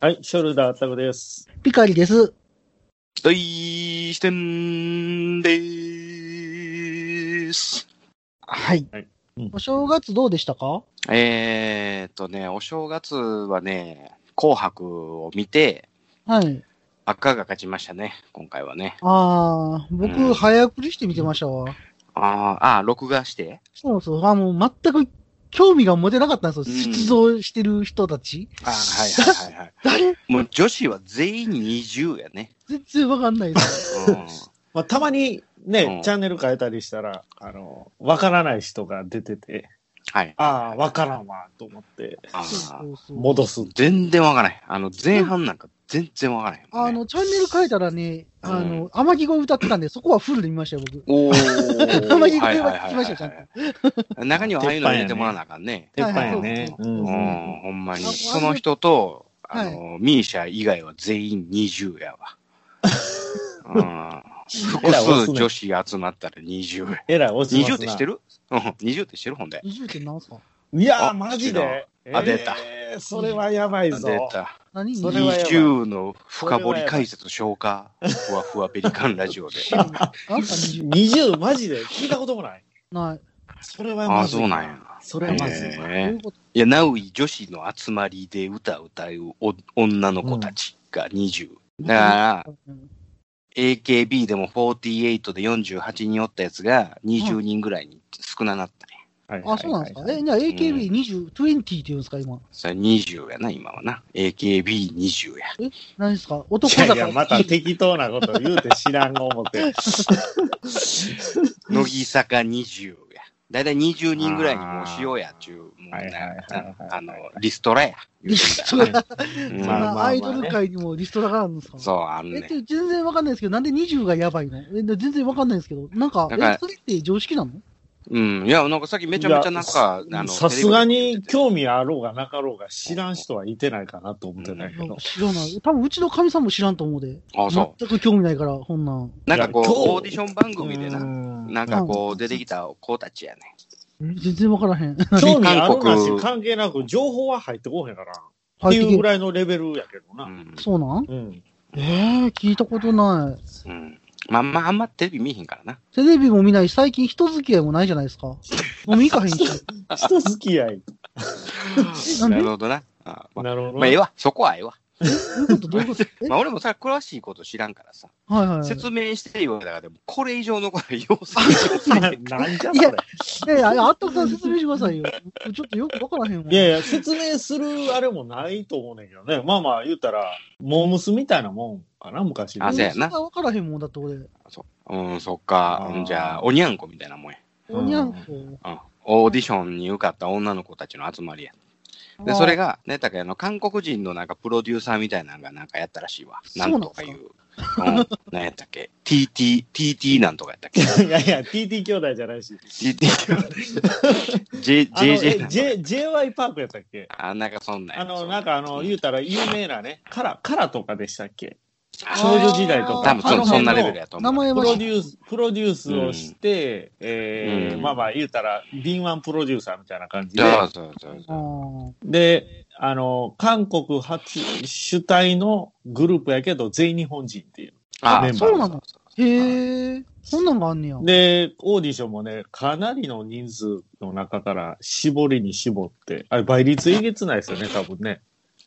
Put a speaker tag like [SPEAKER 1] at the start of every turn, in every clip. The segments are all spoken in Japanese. [SPEAKER 1] はい、ショルダータグです。
[SPEAKER 2] ピカリです。
[SPEAKER 3] 期待してんでーす。
[SPEAKER 2] はい。
[SPEAKER 1] はい
[SPEAKER 2] お正月どうでしたか
[SPEAKER 3] えーっとね、お正月はね、紅白を見て、
[SPEAKER 2] はい。
[SPEAKER 3] 赤が勝ちましたね、今回はね。
[SPEAKER 2] ああ、僕、
[SPEAKER 3] うん
[SPEAKER 2] 早送りして見てましたわ。
[SPEAKER 3] あーあー、録画して。
[SPEAKER 2] そうそう。あもう全く興味が持てなかったんですよ。
[SPEAKER 3] うん
[SPEAKER 2] 出場してる人たち。
[SPEAKER 3] あーはいはいはいはい。
[SPEAKER 2] 誰
[SPEAKER 3] もう女子は全員20やね。
[SPEAKER 2] 全然わかんないです。
[SPEAKER 3] うん、
[SPEAKER 1] まあ、たまにね、
[SPEAKER 3] うん
[SPEAKER 1] チャンネル変えたりしたら、あの、わからない人が出てて、
[SPEAKER 3] はい。
[SPEAKER 1] ああ、わからんわ、と思って、
[SPEAKER 3] あ
[SPEAKER 2] そ
[SPEAKER 3] ー
[SPEAKER 2] うそうそう。
[SPEAKER 1] 戻す。
[SPEAKER 3] 全然わからない。あの、前半なんか全然わからない、
[SPEAKER 2] あ、の、チャンネル変えたらね、あの、天城越え歌ってたんで、そこはフルで見ましたよ、僕。
[SPEAKER 3] おー。
[SPEAKER 2] たまに声は聞きましたよちゃんと
[SPEAKER 3] と。中にはああいうの入れてもらわなあかんね。
[SPEAKER 1] 鉄板やね。
[SPEAKER 2] は
[SPEAKER 1] う
[SPEAKER 3] うんん、ほんまに。
[SPEAKER 2] あ
[SPEAKER 3] その人と、
[SPEAKER 2] は
[SPEAKER 3] あ
[SPEAKER 2] い
[SPEAKER 3] の、ミーシャ以外は全員20やわ。うん
[SPEAKER 1] え
[SPEAKER 3] 複
[SPEAKER 1] らい押す
[SPEAKER 3] 数
[SPEAKER 1] ね
[SPEAKER 3] 女子集まったら20や。
[SPEAKER 1] えらい、落ち
[SPEAKER 3] 20
[SPEAKER 1] ます
[SPEAKER 3] って
[SPEAKER 1] な
[SPEAKER 3] してるうん、20ってしてるほんで。
[SPEAKER 2] 20点何すか
[SPEAKER 1] いやー、
[SPEAKER 3] あ
[SPEAKER 1] マジで。
[SPEAKER 3] 違うあ出た
[SPEAKER 1] えーそれはやばい
[SPEAKER 3] 出
[SPEAKER 1] ぞ。
[SPEAKER 3] た。
[SPEAKER 2] 何
[SPEAKER 1] それはやばい
[SPEAKER 3] 20の深掘り解説消化。ふわふわペリカンラ ジオで。
[SPEAKER 2] あんた20
[SPEAKER 1] 20、マジで聞いたこともない。
[SPEAKER 2] ない。
[SPEAKER 1] それは
[SPEAKER 3] あ
[SPEAKER 1] ま
[SPEAKER 3] あ、
[SPEAKER 1] ず
[SPEAKER 3] そうなんや。
[SPEAKER 1] それはまずいわ。
[SPEAKER 2] どうい
[SPEAKER 3] へえ
[SPEAKER 2] うこと
[SPEAKER 3] いや、ナウイ女子の集まりで歌を歌うお女の子たちが20。だから、
[SPEAKER 2] うん
[SPEAKER 3] AKB でも48で48人おったやつが20人ぐらいに少ななったね。
[SPEAKER 1] はい
[SPEAKER 2] あ、そうなんですか。
[SPEAKER 1] はい
[SPEAKER 2] え、じゃあ AKB20、20って言うんですか、今。
[SPEAKER 3] それ20やな、今はな。AKB20 や。
[SPEAKER 2] 何ですか男
[SPEAKER 1] いや
[SPEAKER 2] だ
[SPEAKER 1] い
[SPEAKER 2] か
[SPEAKER 1] や、
[SPEAKER 2] ら。
[SPEAKER 1] また適当なこと言うて知らん思 って。
[SPEAKER 3] 乃木坂20や。だいたい20人ぐらいにもうしようやっちゅう、もう
[SPEAKER 1] はいはいはい
[SPEAKER 3] な
[SPEAKER 1] はい
[SPEAKER 3] あの、リストラや。
[SPEAKER 2] リストラ、
[SPEAKER 3] うん
[SPEAKER 2] そん
[SPEAKER 1] まあまあま
[SPEAKER 2] な
[SPEAKER 1] あ
[SPEAKER 2] アイドル界にもリストラがあるんですか、
[SPEAKER 3] そう、あん
[SPEAKER 2] え
[SPEAKER 3] ね
[SPEAKER 2] っと、全然わかんないですけど、なんで20がやばいのえで全然わかんないですけど、なんか、
[SPEAKER 3] だから
[SPEAKER 2] え、それって常識なの
[SPEAKER 3] うん。いや、なんかさっきめちゃめちゃなんか、あの、
[SPEAKER 1] さすがに
[SPEAKER 3] テレビで
[SPEAKER 1] 興味あろうがなかろうが知らん人はいてないかなと思ってないけど。
[SPEAKER 2] 知らない。多分うちの神さんも知らんと思うで。
[SPEAKER 3] あ、そ
[SPEAKER 2] 全く興味ないから、こんなん。
[SPEAKER 3] う。なんかこう
[SPEAKER 1] いや、今日
[SPEAKER 3] オーディション番組でな、
[SPEAKER 1] な
[SPEAKER 3] なんかこう、出てきた子たちやね。
[SPEAKER 2] え全然わからへん。
[SPEAKER 1] 興味あるな
[SPEAKER 3] 韓
[SPEAKER 1] し
[SPEAKER 3] 国
[SPEAKER 1] 関係なく情報は入ってこへんから。っ
[SPEAKER 2] 入
[SPEAKER 1] て
[SPEAKER 2] って
[SPEAKER 1] いう
[SPEAKER 2] け
[SPEAKER 1] ぐらいのレベルやけど
[SPEAKER 3] う
[SPEAKER 1] な。
[SPEAKER 3] ん
[SPEAKER 2] そうなん
[SPEAKER 1] うん。
[SPEAKER 2] えー、聞いたことない。
[SPEAKER 3] うん。まあまあ、あんまテレビ見えへんからな。
[SPEAKER 2] テレビも見ないし、最近人付き合いもないじゃない ですか。飲み行かへんし。
[SPEAKER 1] 人付き合い。
[SPEAKER 2] なんで
[SPEAKER 3] なるほどな。あまあ、
[SPEAKER 1] なるほど
[SPEAKER 3] まあ、
[SPEAKER 1] な
[SPEAKER 3] ええ。わ。そこはええわ。
[SPEAKER 2] どういうことどういうことえ
[SPEAKER 3] まあ、俺もさ、詳しいこと知らんからさ、
[SPEAKER 2] はいはいはい。
[SPEAKER 3] 説明して言われたから、でも、これ以上のことは要素ない
[SPEAKER 1] なんじゃ
[SPEAKER 2] い
[SPEAKER 1] そ
[SPEAKER 2] や
[SPEAKER 1] れ。
[SPEAKER 2] いやいや、あったくさん説明してくださいよ。ちょっとよくわからへんわ。
[SPEAKER 1] いやいや、説明するあれもないと思うねんけどね。まあまあ言うたら、モームスみたいなもんかな、昔の。
[SPEAKER 3] あせやな
[SPEAKER 2] そんわからへんもんだって俺。
[SPEAKER 3] そう。うん、そっか。うんじゃあ、おにゃんこみたいなもんや。
[SPEAKER 2] おにゃんこ。
[SPEAKER 3] うん。オーディションに受かった女の子たちの集まりや。で、それが、ね、だけどあの、韓国人のなんかプロデューサーみたいなのがなんかやったらしいわ。
[SPEAKER 2] そう
[SPEAKER 3] な
[SPEAKER 2] なんすか
[SPEAKER 3] んとかいう。うん。なんやったっけ ?TT、TT なんとかやったっけ
[SPEAKER 1] いやいや、TT 兄弟じゃないし。
[SPEAKER 3] ?TT。
[SPEAKER 1] あの、え
[SPEAKER 3] JJ なんとか
[SPEAKER 1] J- JY パークやったっけ
[SPEAKER 3] あ、なんかそんなんや
[SPEAKER 1] あの、なんかあの、
[SPEAKER 3] う
[SPEAKER 1] 言うたら有名なね、カラ、カラとかでしたっけ
[SPEAKER 3] あ
[SPEAKER 1] 少女時代とか。
[SPEAKER 3] 多分
[SPEAKER 1] あの
[SPEAKER 3] そそんなレベル
[SPEAKER 1] 辺の
[SPEAKER 3] やと
[SPEAKER 2] 名
[SPEAKER 3] 思う。
[SPEAKER 2] 前
[SPEAKER 1] プ
[SPEAKER 2] は
[SPEAKER 1] ロ
[SPEAKER 2] 知
[SPEAKER 1] デ
[SPEAKER 2] っ
[SPEAKER 1] ュース、プロデュースをして、えー
[SPEAKER 3] うん
[SPEAKER 1] まあまあ言うたら、敏腕プロデューサーみたいな感じで、
[SPEAKER 3] そうそうそう
[SPEAKER 2] あ
[SPEAKER 3] そう。
[SPEAKER 2] ー
[SPEAKER 1] で、あの、韓国発主体のグループやけど、全員日本人っていう。
[SPEAKER 3] あ
[SPEAKER 1] メ
[SPEAKER 3] あ、
[SPEAKER 1] ンバー
[SPEAKER 3] そうなの
[SPEAKER 2] へえ、こんなんがあんねや。
[SPEAKER 1] で、オーディションもね、かなりの人数の中から絞りに絞って、あれ倍率えげつないですよね、多分ね。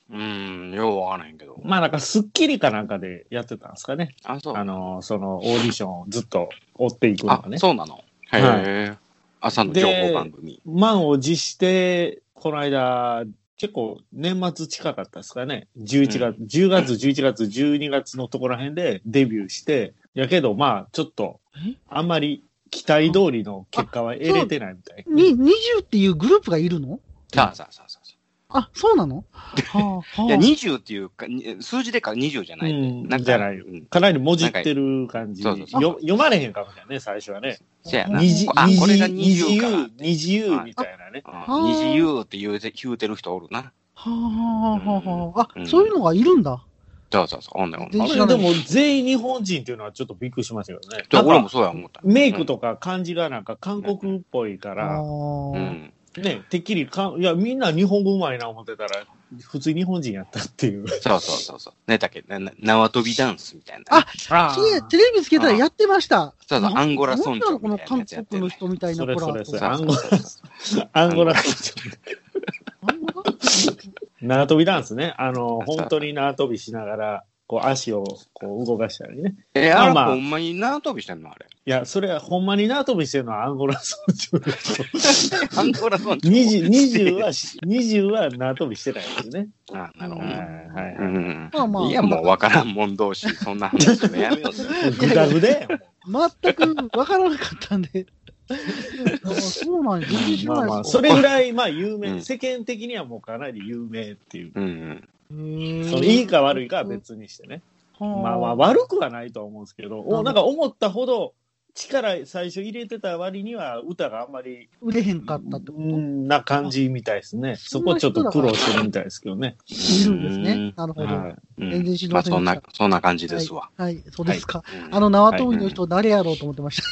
[SPEAKER 3] うん、ようわからへんけど。
[SPEAKER 1] まあなんか、スッキリかなんかでやってたんですかね。
[SPEAKER 3] あ、そう。
[SPEAKER 1] あの、そのオーディションをずっと追っていくの
[SPEAKER 3] あ
[SPEAKER 1] がね。
[SPEAKER 3] そうなの。へえ。朝の情報番組。
[SPEAKER 1] 満を持して、この間、結構年末近かったですかね。11月、10月、11月、12月のところら辺でデビューして、やけどまあちょっと
[SPEAKER 2] え、
[SPEAKER 1] あんまり期待通りの結果は得れてないみたい。
[SPEAKER 2] に、20っていうグループがいるの
[SPEAKER 3] さあさあさあさ
[SPEAKER 2] あ、そう なのはあ、
[SPEAKER 3] あ。い
[SPEAKER 2] は
[SPEAKER 3] や、
[SPEAKER 2] あ。
[SPEAKER 3] 20っていうか、に数字でか20じゃないで。
[SPEAKER 1] うん
[SPEAKER 3] なんか
[SPEAKER 1] じゃないよ
[SPEAKER 3] うん
[SPEAKER 1] かなりもじってる感じ。
[SPEAKER 3] なんかそうそうそう
[SPEAKER 1] よ読まれへんかもしれないね、最初はね。
[SPEAKER 3] せやな。
[SPEAKER 1] 二次、
[SPEAKER 3] あ、これが
[SPEAKER 1] 二次
[SPEAKER 3] 20か
[SPEAKER 1] 優、二次優みたいなね。
[SPEAKER 3] うん。二次優って言うて、言うてる人おるな。
[SPEAKER 2] はあ、はあ、はあ。
[SPEAKER 3] う
[SPEAKER 2] あ、
[SPEAKER 3] ん
[SPEAKER 2] そういうのがいるんだ。
[SPEAKER 3] そうそうそう。ほんでほんで
[SPEAKER 2] で
[SPEAKER 1] あ
[SPEAKER 2] 知ら
[SPEAKER 1] れ
[SPEAKER 2] な
[SPEAKER 1] で
[SPEAKER 2] い
[SPEAKER 1] も全員日本人っていうのはちょっとびっくりしましたけどね。
[SPEAKER 3] じゃあ
[SPEAKER 1] なんか
[SPEAKER 3] 俺もそうや思った。
[SPEAKER 1] メイクとか漢字がなんか韓国っぽいか
[SPEAKER 2] あ
[SPEAKER 1] ら、
[SPEAKER 3] う
[SPEAKER 2] ー
[SPEAKER 3] ん。
[SPEAKER 1] ね、てっきりか、いや、みんな日本語うまいな思ってたら、普通に日本人やったって いう。
[SPEAKER 3] そうそうそうそう。ねだっけなな縄跳びダンスみたいな。
[SPEAKER 2] あ
[SPEAKER 1] あ
[SPEAKER 2] それテレビつけたらやってました。
[SPEAKER 3] そうそう、アンゴラ村長
[SPEAKER 2] なんだろうこの
[SPEAKER 3] みたいなや
[SPEAKER 2] 韓
[SPEAKER 3] つやっ
[SPEAKER 2] 国
[SPEAKER 3] てん
[SPEAKER 2] の
[SPEAKER 3] ね
[SPEAKER 2] 人みたいな
[SPEAKER 1] それ
[SPEAKER 2] 子ら
[SPEAKER 1] それ
[SPEAKER 2] と
[SPEAKER 1] それ
[SPEAKER 2] か。
[SPEAKER 1] アン
[SPEAKER 3] そう
[SPEAKER 1] ゴ
[SPEAKER 3] そう
[SPEAKER 1] ラ
[SPEAKER 3] そうそう
[SPEAKER 1] アンゴラ
[SPEAKER 3] アンゴラ、
[SPEAKER 2] アンゴラ
[SPEAKER 1] 縄跳びダンスね。あの、
[SPEAKER 3] そう
[SPEAKER 1] 本当に縄跳びしながら、こう足をこう動かしたりね。
[SPEAKER 3] え、
[SPEAKER 1] ま
[SPEAKER 3] あ
[SPEAKER 1] あ
[SPEAKER 3] れ
[SPEAKER 1] まあ
[SPEAKER 3] ほんまに縄跳びしてんのあ れ。
[SPEAKER 1] いや、それはほんまに縄跳びしてるのはアンゴラ村長です。
[SPEAKER 3] アンゴラ村長。
[SPEAKER 1] 20, 20は、20は縄跳びしてたんですね。
[SPEAKER 3] あ、なるほ
[SPEAKER 1] は
[SPEAKER 3] ど
[SPEAKER 1] い
[SPEAKER 3] ね。
[SPEAKER 1] はいは
[SPEAKER 3] う
[SPEAKER 1] い。
[SPEAKER 3] ん
[SPEAKER 2] まあまあ
[SPEAKER 3] いや、もう分からんもん同士、そんな話するのやめようぜ。
[SPEAKER 1] グダグダやもん
[SPEAKER 2] 全くわからなかったん で。あそうなんや。全然知ら
[SPEAKER 1] ま
[SPEAKER 2] な
[SPEAKER 1] あ
[SPEAKER 2] いです
[SPEAKER 1] まあ、それぐらい、まあ、有
[SPEAKER 3] う
[SPEAKER 1] 名、
[SPEAKER 3] ん
[SPEAKER 1] 世間的にはもうかなり有名っていう。
[SPEAKER 3] うんうん。
[SPEAKER 1] そのいいか悪いかは別にしてね。まあまあ、
[SPEAKER 2] わ
[SPEAKER 1] 悪くはないとは思うんですけど、おなんか思ったほど力最初入れてた割には歌があんまり、
[SPEAKER 2] 売れへんかったってこ
[SPEAKER 1] う
[SPEAKER 2] と
[SPEAKER 1] んな感じみたいですね。そ
[SPEAKER 2] そんな
[SPEAKER 1] こちょ
[SPEAKER 2] 人
[SPEAKER 1] っと苦労してるみたいですけどね。
[SPEAKER 2] いるんですね。なるほど。
[SPEAKER 1] は
[SPEAKER 2] はい
[SPEAKER 3] うん
[SPEAKER 2] 全然知り
[SPEAKER 3] ま
[SPEAKER 2] ま
[SPEAKER 3] あ、
[SPEAKER 2] せん
[SPEAKER 3] そ
[SPEAKER 2] で
[SPEAKER 3] ん
[SPEAKER 2] した
[SPEAKER 3] な、そんな感じですわ。
[SPEAKER 2] い、そうですか。
[SPEAKER 3] うん
[SPEAKER 2] あの縄跳びの人誰やろうと思ってまし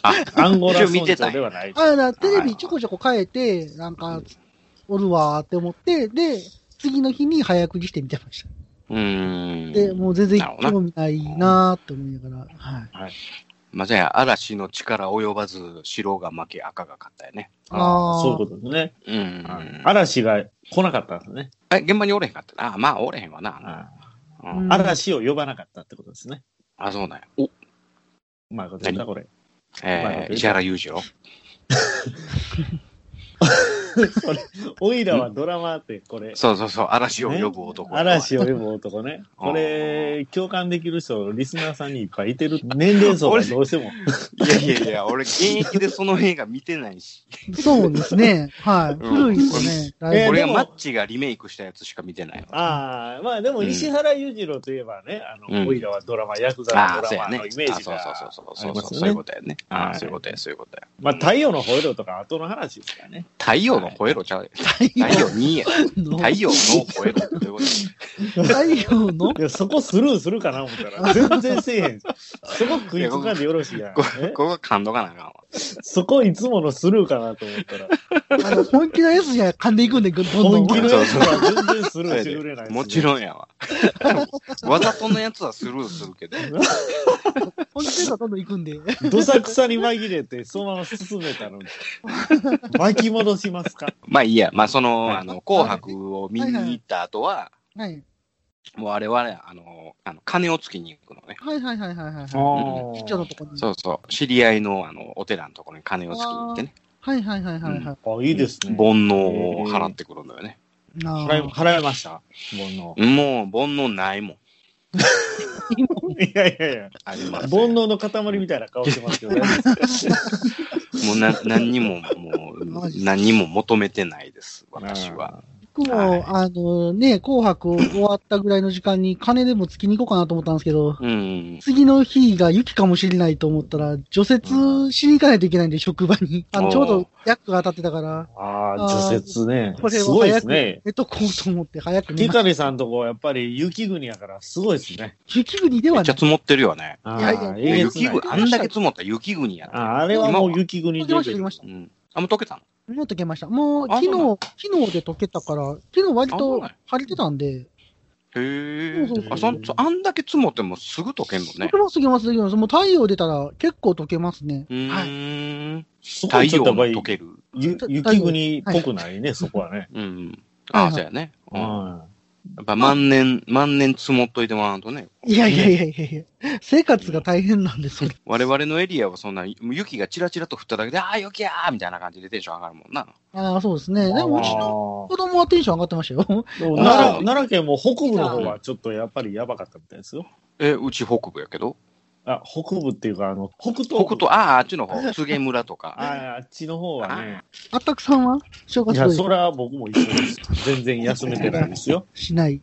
[SPEAKER 2] た。
[SPEAKER 3] あ、
[SPEAKER 1] アンゴラ
[SPEAKER 3] 一応見
[SPEAKER 1] 村
[SPEAKER 3] てた
[SPEAKER 1] 長
[SPEAKER 3] ん
[SPEAKER 1] で
[SPEAKER 3] や
[SPEAKER 1] はない。
[SPEAKER 2] あだからテレビちょこちょこ変えて、なんか、おるわーって思って、で、次の日に早食いして見てました。
[SPEAKER 3] うん。
[SPEAKER 2] で、もう全然
[SPEAKER 3] なるほどな
[SPEAKER 2] 興味ないなーって思いながら、 はい。
[SPEAKER 3] まあ、じゃあ、嵐の力及ばず、白が負け、赤が勝ったよね。
[SPEAKER 1] あ
[SPEAKER 2] あー
[SPEAKER 1] ーそういうことですね。
[SPEAKER 3] うんうんうん。
[SPEAKER 1] 嵐が来なかったんですね。
[SPEAKER 3] え、現場におれへんかったな。あ、まあ、おれへんわな。
[SPEAKER 1] あ
[SPEAKER 3] う
[SPEAKER 2] うん
[SPEAKER 3] ん
[SPEAKER 1] ー嵐を呼ばなかったってことですね。
[SPEAKER 3] あ、そうなんや。お、
[SPEAKER 1] うまいこと言った、これ。
[SPEAKER 3] えー石原裕次郎。
[SPEAKER 1] これ、おいらはドラマって、これ。
[SPEAKER 3] そうそうそう、嵐を呼ぶ男。
[SPEAKER 1] 嵐を呼ぶ男ね。これ、共感できる人、リスナーさんにいっぱいいて る。年齢層がどうしても。
[SPEAKER 3] いやいやいや、 俺、現役でその映画見てないし、
[SPEAKER 2] そうですね。はい。
[SPEAKER 3] う
[SPEAKER 2] 古
[SPEAKER 3] ん
[SPEAKER 2] いですね。だ
[SPEAKER 1] え
[SPEAKER 2] い
[SPEAKER 1] ー
[SPEAKER 2] ぶ。
[SPEAKER 3] 俺が
[SPEAKER 1] でも
[SPEAKER 3] マッチがリメイクしたやつしか見てないわ。
[SPEAKER 1] ああ、まあでも
[SPEAKER 3] うん
[SPEAKER 1] 石原裕次郎といえばね、あ
[SPEAKER 3] うん
[SPEAKER 1] の、おいらはドラマ、ヤクザ
[SPEAKER 3] あ
[SPEAKER 1] の
[SPEAKER 3] あ、
[SPEAKER 1] ド
[SPEAKER 3] そう
[SPEAKER 1] ラ
[SPEAKER 3] や
[SPEAKER 1] マ
[SPEAKER 3] ね。
[SPEAKER 1] のイメー
[SPEAKER 3] あ
[SPEAKER 1] ジが。
[SPEAKER 3] そうそうそうそう
[SPEAKER 1] ありま
[SPEAKER 3] そう、
[SPEAKER 1] すよね
[SPEAKER 3] そういうことやね。あ
[SPEAKER 1] は
[SPEAKER 3] あ、
[SPEAKER 1] い
[SPEAKER 3] そういうことや、そういうことや。
[SPEAKER 1] まあ太陽のホイールとか後の話ですからね。
[SPEAKER 3] 太陽の吠えろちゃうよ。
[SPEAKER 2] 太
[SPEAKER 3] 太陽に や。
[SPEAKER 2] の
[SPEAKER 3] 太陽の吠えろってこと
[SPEAKER 2] 太陽の
[SPEAKER 1] いや、そこスルーするかな思ったら、 全然せえへん。そこ食いつかんでよろしいやん。
[SPEAKER 3] こ
[SPEAKER 1] え
[SPEAKER 3] こが感動がなあかんわ。
[SPEAKER 1] そこいつものスルーかなと思 ったら、
[SPEAKER 2] あの本気のやつじゃ噛んでいくんで、どんど
[SPEAKER 1] 本
[SPEAKER 2] ん。
[SPEAKER 1] 気のやつは全然スルーしてくれない、
[SPEAKER 3] もち
[SPEAKER 1] ん。
[SPEAKER 3] ろんやわ。 わざとのやつはスルーするけど。
[SPEAKER 2] 本気のやつはどんどんいくんで。
[SPEAKER 1] どさくさに紛れて、そのまま進めたのに。巻き戻しますか
[SPEAKER 3] まあいいや、まあそ
[SPEAKER 1] は
[SPEAKER 3] の、
[SPEAKER 1] い
[SPEAKER 3] あの、紅白を見に行った後は、
[SPEAKER 2] はい。
[SPEAKER 3] もう我々、あの、あの金をつきに行くのね。
[SPEAKER 2] はいはいはいはいは い。
[SPEAKER 1] あ
[SPEAKER 3] ー
[SPEAKER 2] 一丁のとこに。
[SPEAKER 3] そうそう。知り合いの、あの、お寺のところに金をつきに行ってね。
[SPEAKER 2] はいはいはいはいはい。
[SPEAKER 1] あ、いいですね。
[SPEAKER 3] 煩悩を払ってくるんだよね。
[SPEAKER 2] あ
[SPEAKER 1] 払い
[SPEAKER 2] ー
[SPEAKER 1] 払いました煩悩。
[SPEAKER 3] もう、煩悩ないもん。
[SPEAKER 1] いやいやいや。
[SPEAKER 3] ありませ
[SPEAKER 1] 煩
[SPEAKER 3] ん
[SPEAKER 1] 悩の塊みたいな顔してますけど、 ね、
[SPEAKER 3] もうな何にも、も
[SPEAKER 2] マジ
[SPEAKER 3] う、何にも求めてないです、私は。
[SPEAKER 2] 僕
[SPEAKER 3] はい
[SPEAKER 2] も、あのね、紅白終わったぐらいの時間に金でもつきに行こうかなと思ったんですけど、
[SPEAKER 3] うん。
[SPEAKER 2] 次の日が雪かもしれないと思ったら、除雪しに行かないといけないんで、職場に。あ
[SPEAKER 3] お
[SPEAKER 2] の、
[SPEAKER 3] ー
[SPEAKER 2] ちょうどヤックが当たってたから、
[SPEAKER 1] あ
[SPEAKER 2] あ
[SPEAKER 1] あ、
[SPEAKER 2] ー
[SPEAKER 1] 除雪ね
[SPEAKER 2] こ。れ
[SPEAKER 1] す
[SPEAKER 2] を
[SPEAKER 1] ごいで
[SPEAKER 2] 早
[SPEAKER 1] す
[SPEAKER 2] く
[SPEAKER 1] ね
[SPEAKER 2] 寝。とこうと思って、早く寝
[SPEAKER 1] ティ
[SPEAKER 2] まし
[SPEAKER 1] カリさんとこはやっぱり雪国やからすごいですね。
[SPEAKER 2] た。雪国で
[SPEAKER 3] めっ
[SPEAKER 2] は
[SPEAKER 3] ちゃ
[SPEAKER 2] ない。
[SPEAKER 3] 積もってるよね。
[SPEAKER 1] あ
[SPEAKER 2] いやいや
[SPEAKER 1] ー
[SPEAKER 2] ええ
[SPEAKER 1] えげつ
[SPEAKER 3] 雪
[SPEAKER 1] ない
[SPEAKER 3] 国、あんだけ積もったら雪国やっ
[SPEAKER 1] あ
[SPEAKER 3] た。
[SPEAKER 1] ーあれはもう雪国
[SPEAKER 2] 溶
[SPEAKER 1] で
[SPEAKER 2] けました、溶けました
[SPEAKER 3] う。ん。あ、もう溶けたの
[SPEAKER 2] もう溶けました。もう、
[SPEAKER 3] あ
[SPEAKER 2] 昨日、
[SPEAKER 3] そうな
[SPEAKER 2] 昨日で溶けたから、昨日割
[SPEAKER 3] あそう
[SPEAKER 2] と
[SPEAKER 3] なんや
[SPEAKER 2] 晴れてたんで、
[SPEAKER 3] へえ
[SPEAKER 2] そうそうそ。う
[SPEAKER 3] あ、そん、そあんだけ積もってもすぐ溶けんの
[SPEAKER 2] 溶
[SPEAKER 3] ね
[SPEAKER 2] け。ます、溶けます、溶けます。もう太陽出たら結構溶けますね。
[SPEAKER 3] う
[SPEAKER 2] はい。
[SPEAKER 3] ーん。
[SPEAKER 1] すご
[SPEAKER 3] 太
[SPEAKER 1] いちょ
[SPEAKER 3] 陽
[SPEAKER 1] っと
[SPEAKER 3] も
[SPEAKER 1] やっぱり
[SPEAKER 3] 溶ける。
[SPEAKER 1] ゆ雪国っぽくないね、そこはね。
[SPEAKER 3] うん。あ
[SPEAKER 2] はいは
[SPEAKER 3] あ、
[SPEAKER 2] い
[SPEAKER 3] そうやね。
[SPEAKER 1] う
[SPEAKER 3] うん。や
[SPEAKER 1] ん
[SPEAKER 3] っぱ万年、万年積もっといてもらわんとね。
[SPEAKER 2] いやいやいやいやいや、生活が大変なんです、それ。
[SPEAKER 3] 我々のエリアはそんな、雪がチラチラと降っただけで、ああ、雪やーみたいな感じでテンション上がるもんな。
[SPEAKER 2] ああ、そうですね。でも、うちの子供はテンション上がってました よ。
[SPEAKER 1] でも
[SPEAKER 3] あ
[SPEAKER 1] 奈良
[SPEAKER 3] ー
[SPEAKER 1] 奈良県も北部の方はちょっとやっぱりやばかったみたいですよ。
[SPEAKER 3] え、うち北部やけど。
[SPEAKER 1] あ、北部っていうか、あの、北東部。
[SPEAKER 3] 北東、ああ、あっち の方、柘植村と
[SPEAKER 1] あ
[SPEAKER 3] か。
[SPEAKER 1] ーあっちの方はね。
[SPEAKER 2] あったくさんは正
[SPEAKER 1] いや、
[SPEAKER 2] 月
[SPEAKER 1] それは僕も一緒です。全然休めてないです よ。
[SPEAKER 2] しない。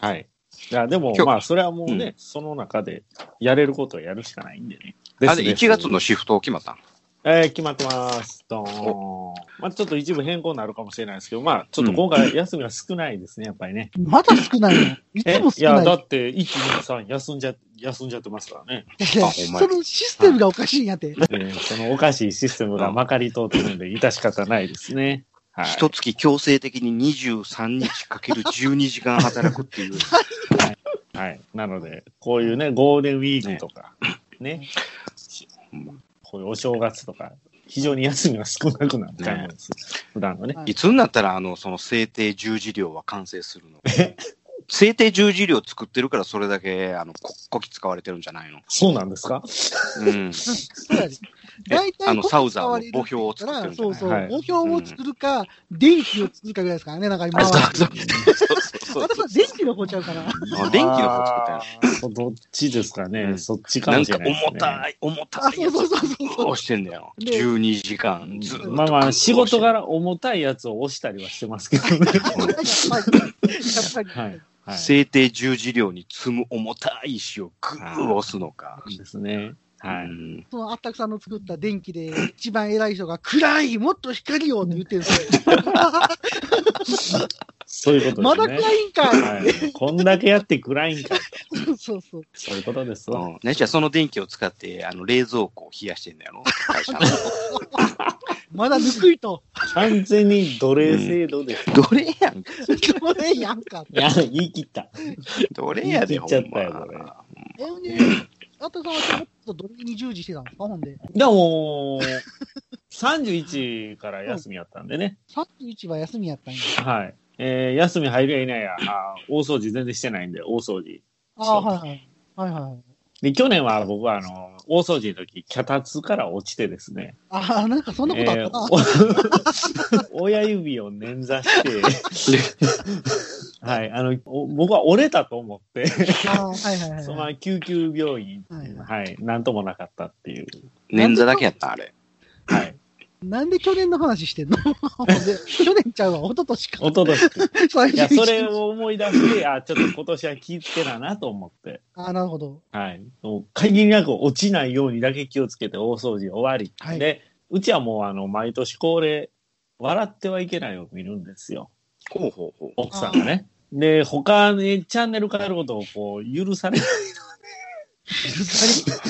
[SPEAKER 1] はい。いや、でも
[SPEAKER 3] 今日、
[SPEAKER 1] まあ、それはもうね、
[SPEAKER 3] う
[SPEAKER 1] その中で、やれることをやるしかないんでね。
[SPEAKER 3] あ
[SPEAKER 1] で
[SPEAKER 3] れ、
[SPEAKER 1] すね
[SPEAKER 3] 1月のシフト決まったん
[SPEAKER 1] えー決まってます。どーん。まあ、ちょっと一部変更になるかもしれないですけど、まあ、ちょっと今回休みは少ないですね、やっぱりね。
[SPEAKER 2] まだ少ないのい
[SPEAKER 1] え
[SPEAKER 2] つも、
[SPEAKER 1] い
[SPEAKER 2] 少な
[SPEAKER 1] や、
[SPEAKER 2] い。
[SPEAKER 1] だって、1、2、3、休んじゃ、休んじゃってますからね。
[SPEAKER 2] いや
[SPEAKER 3] あほんまや
[SPEAKER 2] そのシステムがおかしいんやって。
[SPEAKER 1] えーそのおかしいシステムがまかり通ってるんで、致し方ないですね。はい。
[SPEAKER 3] 一月強制的に23日かける12時間働くっていう。
[SPEAKER 1] はい。なので、こういうね、ゴールデンウィークとか、ね、こういうお正月とか、非常に休みが少なくなったんです。普段のね。
[SPEAKER 4] はい
[SPEAKER 3] いつになったら、あの、その制定十字量は完成するの制定十字量作ってるから、それだけ、あの、こ、こき使われてるんじゃ ないの
[SPEAKER 1] そうなんですか
[SPEAKER 3] うん。
[SPEAKER 4] そうやで。大体
[SPEAKER 3] あ
[SPEAKER 4] こ
[SPEAKER 3] の、
[SPEAKER 4] こ
[SPEAKER 3] サウザー
[SPEAKER 4] 使
[SPEAKER 3] の墓
[SPEAKER 4] われる
[SPEAKER 3] 標を作ってるんじ
[SPEAKER 4] そ
[SPEAKER 3] ゃな
[SPEAKER 4] う
[SPEAKER 3] い
[SPEAKER 4] そう、
[SPEAKER 1] はい
[SPEAKER 4] 墓標を作るか、電気を作るかぐらいですからね、なんか今
[SPEAKER 3] あ、
[SPEAKER 4] は。
[SPEAKER 3] そうそうそうそう
[SPEAKER 4] 私は電気の方ちゃうかな。
[SPEAKER 3] あ電気の方作ってる。
[SPEAKER 1] てどっちですかね、
[SPEAKER 3] うん
[SPEAKER 1] そっちか
[SPEAKER 3] な
[SPEAKER 1] も
[SPEAKER 3] ん
[SPEAKER 1] し
[SPEAKER 3] か
[SPEAKER 1] れないです、ね。
[SPEAKER 3] 重たい、重た
[SPEAKER 4] あ、
[SPEAKER 3] い
[SPEAKER 4] そう
[SPEAKER 3] やつ
[SPEAKER 4] そうそう
[SPEAKER 3] を
[SPEAKER 4] そう。
[SPEAKER 3] 押してんだよ。
[SPEAKER 4] で
[SPEAKER 3] 12時間ずっと。
[SPEAKER 1] まあまあ、仕事。柄重たいやつを押したりはしてますけど ね。
[SPEAKER 4] やっぱり。やっぱり。
[SPEAKER 1] はい。はい。
[SPEAKER 3] 制定十字量に積む重たい石をグー押すのか。
[SPEAKER 1] ですね。は
[SPEAKER 3] う
[SPEAKER 1] い。
[SPEAKER 3] ん
[SPEAKER 4] そのあったくさんの作った電気で一番偉い人が暗いもっと光をって言ってるんですよ。
[SPEAKER 1] そういうこと
[SPEAKER 4] まだ
[SPEAKER 1] ですね。
[SPEAKER 4] 暗いんかい、
[SPEAKER 1] はい。こんだけやって暗いんか。
[SPEAKER 4] そうそう。
[SPEAKER 1] そういうことです
[SPEAKER 3] う
[SPEAKER 1] わ。
[SPEAKER 3] んね、じゃあその電気を使って、あの、冷蔵庫を冷やしてんだよ。会社の
[SPEAKER 4] まだぬくいと。
[SPEAKER 1] 完全に奴隷制度です。
[SPEAKER 3] どれやん
[SPEAKER 4] これやんか。
[SPEAKER 1] いや、言い切った。
[SPEAKER 3] どれやで、
[SPEAKER 1] 言
[SPEAKER 3] ほ
[SPEAKER 1] っちゃっ
[SPEAKER 3] ん
[SPEAKER 1] たよこれ
[SPEAKER 3] ま。
[SPEAKER 4] え、ほんで、あったくさんはちょっとどれに従事してたんですかほんで。
[SPEAKER 1] でも、31から休みやったんでね。
[SPEAKER 4] 31は休みやったんや。
[SPEAKER 1] はい。えー休み入りゃいないや、あー大掃除全然してないんで、大掃除。
[SPEAKER 4] あーはいはい。はいはい。
[SPEAKER 1] で、去年は僕は、あの、大掃除の時、脚立から落ちてですね。
[SPEAKER 4] ああ、なんかそんなことあったな。
[SPEAKER 1] えーお 親指を捻挫 して、はい、あの、お僕は折れたと思って、
[SPEAKER 4] ああー、はいはいはい。
[SPEAKER 1] そのまま救急病院、
[SPEAKER 4] はい
[SPEAKER 1] はい、なんともなかったっていう。
[SPEAKER 3] 捻挫だけやったんあれ。
[SPEAKER 1] はい。
[SPEAKER 4] なんで去年の話してんの ほんで去年ちゃうわ、一昨年か。
[SPEAKER 1] おと とし。
[SPEAKER 4] 最
[SPEAKER 1] いや、それを思い出して、あ、ちょっと今年は気ぃつけだなと思って。
[SPEAKER 4] ああ、なるほど。
[SPEAKER 1] はい。もう限りなく落ちないようにだけ気をつけて大掃除終わり。
[SPEAKER 4] はい
[SPEAKER 1] で、うちはもうあの、毎年恒例、笑ってはいけないを見るんですよ。
[SPEAKER 3] ほうほうほう。
[SPEAKER 1] 奥さんがね。で、他にチャンネル変えることをこう、許され
[SPEAKER 4] 許され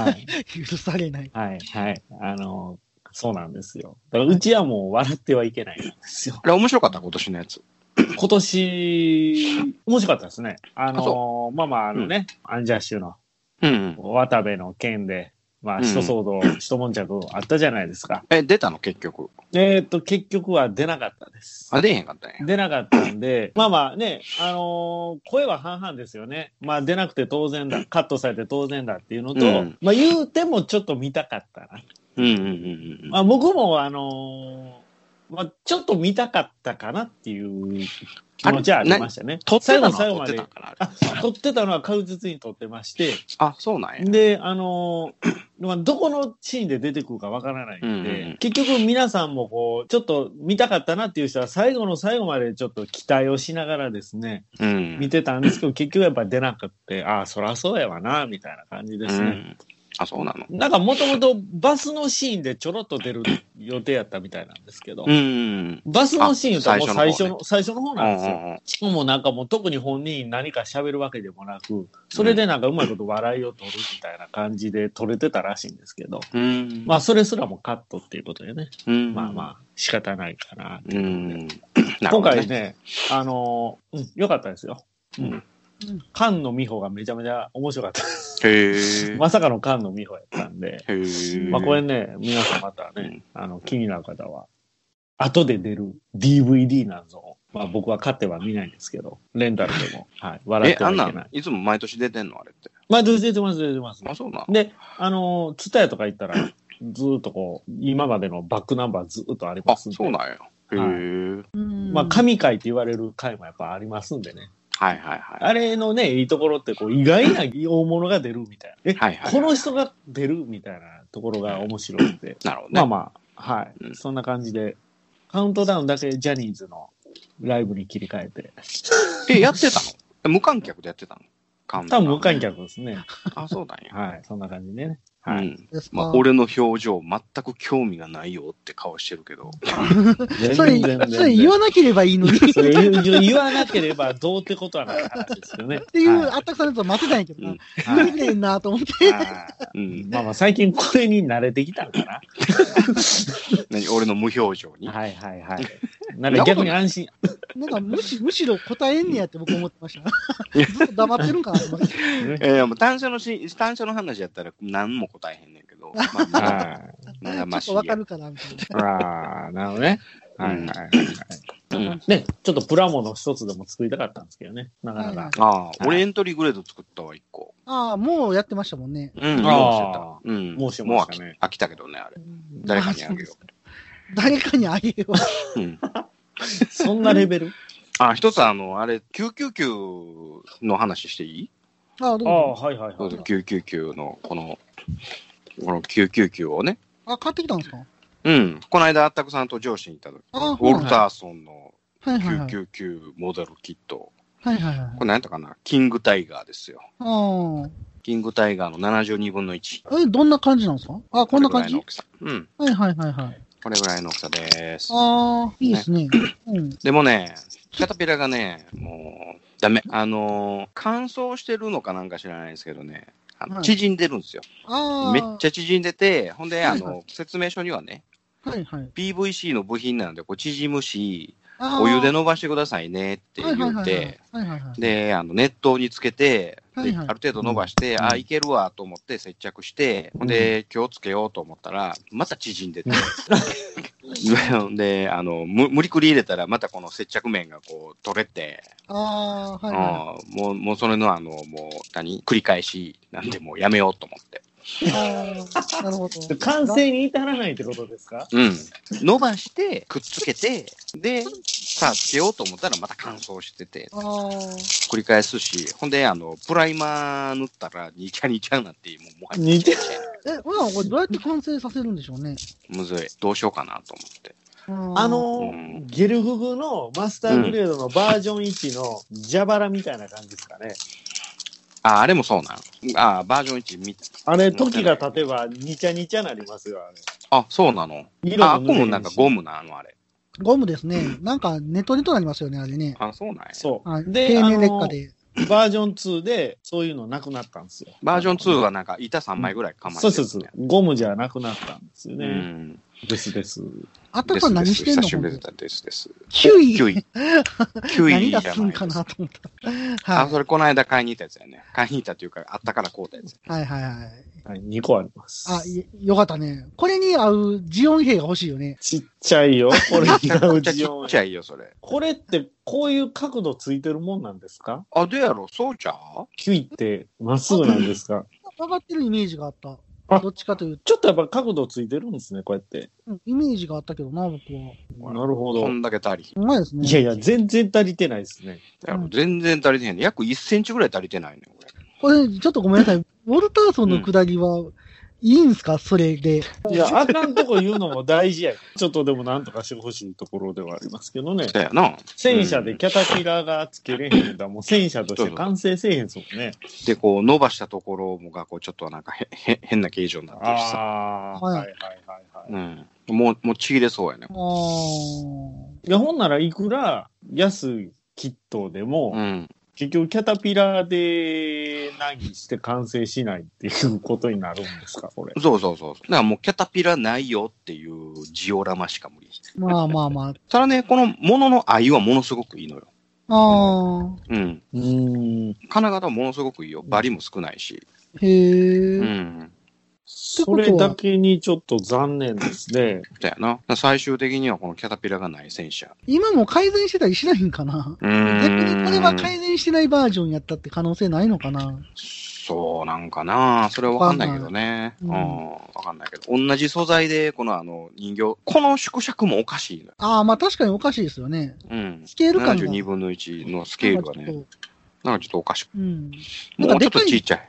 [SPEAKER 1] はい。
[SPEAKER 4] ない。許されない。
[SPEAKER 1] はい。はい。あの、そうなんですよ。だからうちはもう笑ってはいけないんですよ。
[SPEAKER 3] あれ面白かった、今年のやつ。
[SPEAKER 1] 今年、面白かったですね。あ
[SPEAKER 3] あ
[SPEAKER 1] の、まあまあ、あのね、アンジャッシュの
[SPEAKER 3] うんうん。
[SPEAKER 1] 渡部の件で、まあ、
[SPEAKER 3] うん
[SPEAKER 1] 一騒動、一悶着あったじゃないですか。
[SPEAKER 3] え、出たの結局。
[SPEAKER 1] えっ、と、結局は出なかったです。
[SPEAKER 3] あ、出えへんかったんや。
[SPEAKER 1] 出なかったんで、まあまあね、あのー声は半々ですよね。まあ出なくて当然だ、カットされて当然だっていうのと、
[SPEAKER 3] うん
[SPEAKER 1] まあ言うてもちょっと見たかったな。
[SPEAKER 3] うんうんうんうん。
[SPEAKER 1] まあ僕もあのーまあちょっと見たかったかなっていう気持ちはありましたね。
[SPEAKER 3] 撮ってたのは
[SPEAKER 1] 最後
[SPEAKER 3] 撮
[SPEAKER 1] の
[SPEAKER 3] っ
[SPEAKER 1] 最
[SPEAKER 3] て
[SPEAKER 1] 後まで。
[SPEAKER 3] たんかなあれ
[SPEAKER 1] あ、撮ってたのは確実に撮ってまして、
[SPEAKER 3] あ、そうなんや。
[SPEAKER 1] で、あのーまあ、どこのシーンで出てくるかわからないんで、
[SPEAKER 3] うんうん
[SPEAKER 1] 結局皆さんもこう、ちょっと見たかったなっていう人は最後の最後までちょっと期待をしながらですね、
[SPEAKER 3] うん。
[SPEAKER 1] 見てたんですけど、結局やっぱ出なくって、ああ、そらそうやわな、みたいな感じです
[SPEAKER 3] う
[SPEAKER 1] ね。
[SPEAKER 3] んあ、そうなの。
[SPEAKER 1] なんかもともとバスのシーンでちょろっと出る予定やったみたいなんですけど、
[SPEAKER 3] うんうん
[SPEAKER 1] バスのシーンともう
[SPEAKER 3] あ
[SPEAKER 1] 最
[SPEAKER 3] 最初
[SPEAKER 1] 初
[SPEAKER 3] の
[SPEAKER 1] の、最初の方
[SPEAKER 3] うん。う
[SPEAKER 1] なんですよ。
[SPEAKER 3] んうん
[SPEAKER 1] しかもなんかもう特に本人に何か喋るわけでもなく、それでなんかうまいこと笑いを取るみたいな感じで取れてたらしいんですけど、
[SPEAKER 3] うん。
[SPEAKER 1] まあそれすらもカットっていうことでね、
[SPEAKER 3] うん、
[SPEAKER 1] まあまあ仕方ないかな。
[SPEAKER 3] あ。うん。なる
[SPEAKER 1] 今
[SPEAKER 3] ほど
[SPEAKER 1] 回。ね、あのーうん、良かったですよ。うん。菅野美穂がめちゃめちゃ面白かった。
[SPEAKER 3] へえ。
[SPEAKER 1] まさかの菅野美穂やったんで、
[SPEAKER 3] へー
[SPEAKER 1] まあこれね、皆さんまたね、あの気になる方は、後で出る DVD なんぞを、まあ僕は買っては見ないんですけど、レンタルでも、はい、笑っ
[SPEAKER 3] え、
[SPEAKER 1] て
[SPEAKER 3] あ
[SPEAKER 1] は
[SPEAKER 3] ん
[SPEAKER 1] いけ
[SPEAKER 3] な
[SPEAKER 1] ない
[SPEAKER 3] ん。いつも毎年出てんのあれって。
[SPEAKER 1] まあ、出てます、出てます。
[SPEAKER 3] あ、そうなの。
[SPEAKER 1] で、あのー、ツタヤとか行ったら、 ずーっとこう、今までのバックナンバーずーっとあり
[SPEAKER 3] あ、
[SPEAKER 1] ますんで。
[SPEAKER 3] そうなんや。へえ。
[SPEAKER 4] うん
[SPEAKER 1] まあ、神回って言われる回もやっぱありますんでね。
[SPEAKER 3] はいはいはい。
[SPEAKER 1] あれのね、いいところって、こう、意外な大物が出るみたいな。え、
[SPEAKER 3] はいはいはい
[SPEAKER 1] この人が出るみたいなところが面白いんで。
[SPEAKER 3] なるほどね。
[SPEAKER 1] まあまあ、はい、
[SPEAKER 3] うん
[SPEAKER 1] そんな感じで、カウントダウンだけジャニーズのライブに切り替えて。
[SPEAKER 3] え、やってたのえ無観客でやってたの
[SPEAKER 1] 多分無
[SPEAKER 3] 客。
[SPEAKER 1] 観客ですね。
[SPEAKER 3] あ、そうなんや。
[SPEAKER 1] はい。そんな感じでね。は
[SPEAKER 3] う
[SPEAKER 1] い。
[SPEAKER 3] ん
[SPEAKER 2] ですか、
[SPEAKER 3] まあ、俺の表情、全く興味がないよって顔してるけど、
[SPEAKER 2] それ、
[SPEAKER 1] 全然
[SPEAKER 2] それ言わなければいいのに。っ
[SPEAKER 1] それ言う言わなければどうってことはない話ですよね。
[SPEAKER 2] ていう、
[SPEAKER 3] はい
[SPEAKER 2] あったくさんのやつを待ってたんやけどな。
[SPEAKER 3] うんはい
[SPEAKER 2] 見てんなと思って。
[SPEAKER 3] うん、
[SPEAKER 1] まあまあ最近これに慣れてきたのかな。
[SPEAKER 3] 何俺の無表情に。
[SPEAKER 1] はいはいはい。 なんか逆に安心。
[SPEAKER 2] なんかむし、むしろ答えんねやって僕思ってました。ずっと黙ってるんかなと思って。
[SPEAKER 3] えー、もう単車のし、単車の話やったら何も答えへんねんけど、まあ、まだ
[SPEAKER 1] は
[SPEAKER 3] まだ
[SPEAKER 2] ちょ
[SPEAKER 3] ま
[SPEAKER 2] っ
[SPEAKER 3] し
[SPEAKER 2] と
[SPEAKER 3] や。
[SPEAKER 2] わかるかなみたい
[SPEAKER 1] い。ああ、なるほどね。はいはいはい。
[SPEAKER 3] うん
[SPEAKER 1] ね、ちょっとプラモの一つでも作りたかったんですけどね。なかな
[SPEAKER 2] はいは
[SPEAKER 1] か
[SPEAKER 2] い。
[SPEAKER 3] ああ、俺エントリーグレード作ったわ、一個。
[SPEAKER 2] な。ああ、もうやってましたもんね。
[SPEAKER 3] うん、
[SPEAKER 1] ああ
[SPEAKER 3] 用意してた。うん、
[SPEAKER 1] もうしましたね
[SPEAKER 3] もう飽き飽きたけどね、あれ。誰かにあげよ
[SPEAKER 2] 誰かにあげよう。
[SPEAKER 3] う。うん。
[SPEAKER 1] そんなレベル
[SPEAKER 3] あ、一つあの、あれ、999の話していい
[SPEAKER 2] ああ、どう
[SPEAKER 1] ああ、
[SPEAKER 2] ぞ。
[SPEAKER 1] はいはい
[SPEAKER 3] そ
[SPEAKER 1] は
[SPEAKER 3] う
[SPEAKER 1] い
[SPEAKER 3] そう。999の、この、この999をね。
[SPEAKER 2] あ、買ってきたんですか
[SPEAKER 3] うん。この間、あったくさんと上司に行った時、
[SPEAKER 2] あ
[SPEAKER 3] ウォルターソンの
[SPEAKER 2] はいはいはい。
[SPEAKER 3] 999モデルキット。
[SPEAKER 2] はいはいはい
[SPEAKER 3] こ。れ何やったかなキングタイガーですよ。
[SPEAKER 2] あ
[SPEAKER 3] キングタイガーの72分の1。
[SPEAKER 2] あ。え、どんな感じなんですかあ、こんな感じ
[SPEAKER 3] これぐらいの
[SPEAKER 2] は
[SPEAKER 3] 大きさ。うん。
[SPEAKER 2] いはいはいはい。
[SPEAKER 3] これぐらいの大きさです。
[SPEAKER 2] ああ、いいですね。うん。
[SPEAKER 3] でもね、キャタピラがね、もう、ダメ。あのー乾燥してるのかなんか知らないですけどね、あの
[SPEAKER 2] はい
[SPEAKER 3] 縮んでるんですよ。
[SPEAKER 2] ああ。
[SPEAKER 3] めっちゃ縮んでて、ほんで、あ
[SPEAKER 2] はいは
[SPEAKER 3] の、説明書にはね、
[SPEAKER 2] ゃ。はいはい。
[SPEAKER 3] PVC の部品なので、こう縮むし、
[SPEAKER 2] あー
[SPEAKER 3] お湯で伸ばしてくださいねって言っ
[SPEAKER 2] は
[SPEAKER 3] て、、
[SPEAKER 2] いはいはいはいはいはい
[SPEAKER 3] で、あの、熱湯につけて、で
[SPEAKER 2] はいはい
[SPEAKER 3] ある程度伸ばして、
[SPEAKER 1] うん
[SPEAKER 3] あ、いけるわと思って接着して、ほんで、今日つけようと思ったら、また縮んでて。 で、あの、む無理くり入れたら、またこの接着面がこう、取れて、
[SPEAKER 2] ああ、はいは
[SPEAKER 3] あーもう、もうそれの、あの、もう、何繰り返しなんで、もうやめようと思って。
[SPEAKER 2] い。あーなるほど。
[SPEAKER 1] 完成に至らないってことですか
[SPEAKER 3] うん。伸ばして、くっつけて、で、さあ、つけようと思ったら、また乾燥してて、
[SPEAKER 2] ああ。
[SPEAKER 3] 繰り返すし、ほんで、あの、プライマー塗ったら、にちゃにちゃになって、もう、もはや
[SPEAKER 1] 似て
[SPEAKER 2] え、ほら、これどうやって完成させるんでしょうね。
[SPEAKER 3] むずい。どうしようかなと思って。
[SPEAKER 1] あ
[SPEAKER 2] あ、
[SPEAKER 1] の
[SPEAKER 3] う
[SPEAKER 1] ー、ゲルフグのマスターグレードのバージョン1の蛇腹みたいな感じですかね。
[SPEAKER 3] あ、あれもそうなん。あ、バージョン1見た。
[SPEAKER 1] あれ、時が経てばにちゃにちゃなりますよ、あれ。
[SPEAKER 3] あ、そうなの。
[SPEAKER 1] 色
[SPEAKER 3] あ、
[SPEAKER 1] も
[SPEAKER 3] こ
[SPEAKER 1] 塗れ
[SPEAKER 3] こ
[SPEAKER 1] へし
[SPEAKER 3] もなんかゴムなの、あれ。
[SPEAKER 2] ゴムですね。なんか、ネトネトなりますよね、あれね。
[SPEAKER 3] あ、そうなんや。
[SPEAKER 1] そ。。
[SPEAKER 2] はいう
[SPEAKER 1] で、
[SPEAKER 2] 経
[SPEAKER 1] あ
[SPEAKER 2] 年劣
[SPEAKER 1] の
[SPEAKER 2] 化
[SPEAKER 1] ー、
[SPEAKER 2] で。
[SPEAKER 1] バージョン2でそういうのなくなったんですよ。
[SPEAKER 3] バージョン2はなんか、板3枚ぐらいかまして
[SPEAKER 1] そう
[SPEAKER 3] る、
[SPEAKER 1] そうそう。ゴムじゃなくなったんですよ
[SPEAKER 3] う
[SPEAKER 1] ね。
[SPEAKER 3] ん。
[SPEAKER 1] ですです。
[SPEAKER 2] あった
[SPEAKER 3] で
[SPEAKER 2] くさ
[SPEAKER 3] す
[SPEAKER 2] ん
[SPEAKER 3] で
[SPEAKER 2] 何
[SPEAKER 3] す。
[SPEAKER 2] してんの
[SPEAKER 3] 久しぶり
[SPEAKER 2] 本
[SPEAKER 3] だですです。
[SPEAKER 2] 当に
[SPEAKER 3] 9
[SPEAKER 2] 9位。
[SPEAKER 3] 位。9位
[SPEAKER 2] 何
[SPEAKER 3] じ
[SPEAKER 2] 出
[SPEAKER 3] ゃないです
[SPEAKER 2] すんかなと思った。
[SPEAKER 3] あ、
[SPEAKER 2] は
[SPEAKER 3] それこの間買いに行ったやつやね。買いに行ったっていうか、あったから買うたやつ。
[SPEAKER 2] い。はいはいはい。
[SPEAKER 1] はい、2個あります。
[SPEAKER 2] あ、いよかったね。これに合うジオン兵が欲しいよね。
[SPEAKER 1] ちっちゃい よ。これ、
[SPEAKER 3] めちゃくちゃ
[SPEAKER 1] ジ
[SPEAKER 3] ち
[SPEAKER 1] オン
[SPEAKER 3] っちゃいよ、それ。
[SPEAKER 1] これって、こういう角度ついてるもんなんですか
[SPEAKER 3] あ、どうやろそうじゃう
[SPEAKER 1] キュイってまっすぐなんですか
[SPEAKER 2] 曲がってるイメージがあった。
[SPEAKER 1] あ
[SPEAKER 2] どっちかというと、
[SPEAKER 1] ちょっとやっぱ角度ついてるんですね、こうやって。
[SPEAKER 2] うんイメージがあったけどな、僕は。
[SPEAKER 1] なるほど
[SPEAKER 3] こ。んだけ足りひん。
[SPEAKER 2] うまいですね。
[SPEAKER 1] いやいや、全然足りてないですね。
[SPEAKER 3] どうやろ全然足りてへんね。約1センチぐらい足りてないね、これ。
[SPEAKER 2] これ、ちょっとごめ んなさい。ウォルターソンの下りは、いいんすかそれで。
[SPEAKER 1] いや、あかんとこ言うのも大事やけどちょっとでもなんとかしてほしいところではありますけどね。
[SPEAKER 3] だよな。
[SPEAKER 1] 戦車でキャタピラーがつけれへんかったら、もう戦車として完成せえへんっすもんね。
[SPEAKER 3] で、こう、伸ばしたところもが、こう、ちょっとなんかへ、へ、変な形状になってるしさ。
[SPEAKER 1] ああ、
[SPEAKER 2] は
[SPEAKER 1] はいいはいはいは
[SPEAKER 3] うん。もう、もうちぎれそうやね
[SPEAKER 2] あ。ー
[SPEAKER 1] い。いや、ほんならいくら安いキットでも、
[SPEAKER 3] うん。
[SPEAKER 1] 結局キャタピラーで難儀して完成しないっていうことになるんですか、これ。
[SPEAKER 3] そうそうそう。だからもう、キャタピラないよっていうジオラマしか無理。
[SPEAKER 2] まあまあまあ。
[SPEAKER 3] ただね、このものの愛はものすごくいいのよ。
[SPEAKER 2] あ
[SPEAKER 3] うん。
[SPEAKER 1] うん。
[SPEAKER 3] 金型はものすごくいいよ。バリも少ないし。
[SPEAKER 2] ー。へえ。
[SPEAKER 3] うん。
[SPEAKER 1] それだけにちょっと残念ですね。
[SPEAKER 3] だよな。だから最終的にはこのキャタピラがない戦車。
[SPEAKER 2] 今も改善してたりしないんかな
[SPEAKER 3] うーん
[SPEAKER 2] 逆にこれは改善してないバージョンやったって可能性ないのかな
[SPEAKER 3] そうなんかな。それはわかんないけどね。う
[SPEAKER 2] わかんな
[SPEAKER 3] ん。
[SPEAKER 2] い
[SPEAKER 3] わかんないけど。同じ素材で、このあの、人形。この縮尺もおかしいのよ。
[SPEAKER 2] ああ、まあ確かにおかしいですよね。
[SPEAKER 3] うん。
[SPEAKER 2] スケール感が。
[SPEAKER 3] 72分の1のスケールが
[SPEAKER 2] なんか
[SPEAKER 3] ね、
[SPEAKER 2] ちょっ
[SPEAKER 3] なんかちょっとおかしく。
[SPEAKER 2] とうん。
[SPEAKER 3] も
[SPEAKER 2] なんか
[SPEAKER 3] うちょ
[SPEAKER 2] で
[SPEAKER 3] っと
[SPEAKER 2] かい
[SPEAKER 3] ちっちゃい。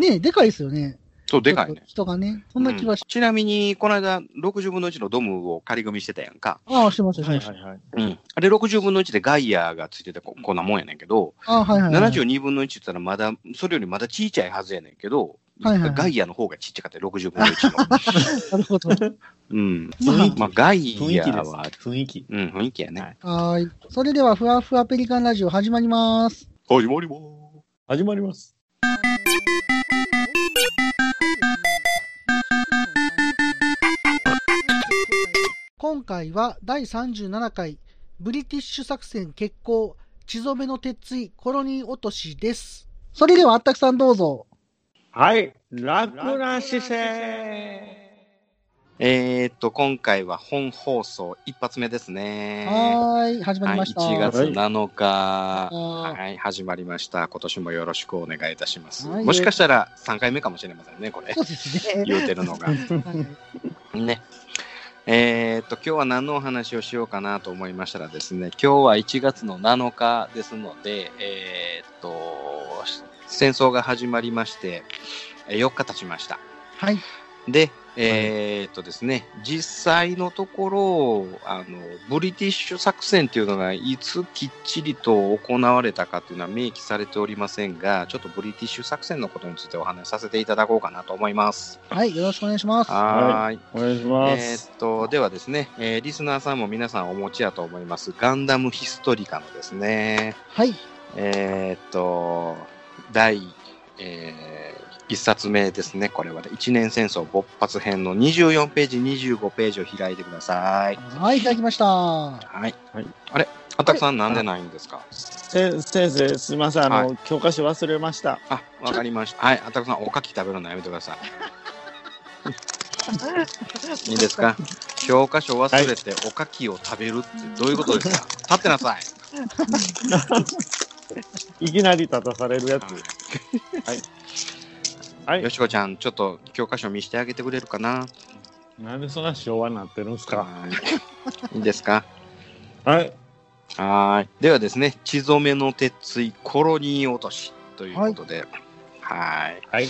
[SPEAKER 2] ねえ、でかいですよね。
[SPEAKER 3] そう、でかい
[SPEAKER 2] ちょ
[SPEAKER 3] ね
[SPEAKER 2] っと。人がね。そんな気はし、
[SPEAKER 3] うんちなみに、この間、60分の1のドムを仮組みしてたやんか。
[SPEAKER 2] ああ、してました、して
[SPEAKER 1] はい
[SPEAKER 2] ました。
[SPEAKER 1] はいはい。
[SPEAKER 3] うん。あれ、60分の1でガイアがついててこ、こんなもんやねんけど、
[SPEAKER 2] ああ、はいはい、はい。
[SPEAKER 3] 72分の1って言ったら、まだ、それよりまだちっちゃいはずやねんけど、
[SPEAKER 4] はいはい
[SPEAKER 3] ガイアの方がちっちゃかったよ、60分の1
[SPEAKER 4] な
[SPEAKER 3] の。
[SPEAKER 4] るほど。
[SPEAKER 3] うん。
[SPEAKER 1] 雰囲気
[SPEAKER 3] まあ、ガイ
[SPEAKER 1] 雰囲
[SPEAKER 3] ア
[SPEAKER 1] 気です。
[SPEAKER 3] は、
[SPEAKER 1] 雰囲気。
[SPEAKER 3] うん、雰囲気やね。
[SPEAKER 1] はい
[SPEAKER 4] はーい。それでは、ふわふわペリカンラジオ始まります。
[SPEAKER 3] 始まりまーす。
[SPEAKER 1] 始まります。
[SPEAKER 4] 今回は第37回、ブリティッシュ作戦決行、血染めの鉄槌、コロニー落としです。それでは、あったくさんどうぞ。
[SPEAKER 1] はい。楽な姿勢。
[SPEAKER 3] えー、っと、今回は本放送一発目ですね。
[SPEAKER 4] はーい、始まりました。
[SPEAKER 3] はい、1月7日。
[SPEAKER 4] は
[SPEAKER 3] はい、始まりました。今年もよろしくお願いいたします。
[SPEAKER 4] はい
[SPEAKER 3] もしかしたら3回目かもしれませんね、これ
[SPEAKER 4] い。そうですね。
[SPEAKER 3] 言うてるのが。
[SPEAKER 4] はい
[SPEAKER 3] ね。えーっと、今日は何のお話をしようかなと思いましたらですね、今日は1月の7日ですので、えーっと、戦争が始まりまして、4日経ちました。
[SPEAKER 4] はい。
[SPEAKER 3] で、えーっとですね、実際のところ、あの、ブリティッシュ作戦というのがいつきっちりと行われたかというのは明記されておりませんが、ちょっとブリティッシュ作戦のことについてお話しさせていただこうかなと思います。
[SPEAKER 4] はい、よろしくお願いします。は
[SPEAKER 3] はーい。
[SPEAKER 1] お願いし
[SPEAKER 3] え
[SPEAKER 1] ま
[SPEAKER 3] ー。っと、ではですね、えーリスナーさんも皆さんお持ちやと思います、ガンダムヒストリカのですね、
[SPEAKER 4] い。
[SPEAKER 3] えーっと、第、え1冊目ですね、これは、ね、1年戦争勃発編の24ページ、25ページを開いてください。
[SPEAKER 4] はい、いただきました。は
[SPEAKER 3] はい。
[SPEAKER 1] はい
[SPEAKER 3] あれ、あたくさんなんでないんですか
[SPEAKER 1] せ先生、すみません。あの、教科書忘れました。
[SPEAKER 3] あ、わかりました。はい、あたくさん、おかき食べるのやめてください。いいで すか教科書忘れておかきを食べるってどういうことですか、立ってなさい。
[SPEAKER 1] いきなり立たされるやつ。は
[SPEAKER 3] はい。よ
[SPEAKER 1] い。
[SPEAKER 3] しこちゃん、ちょっと教科書見してあげてくれるかな。
[SPEAKER 1] なんでそんな昭和になってるんですか。
[SPEAKER 3] はいいいですか。
[SPEAKER 1] はい。
[SPEAKER 3] はーい。ではですね、血染めの鉄槌コロニー落としということで、はーい。
[SPEAKER 1] はい。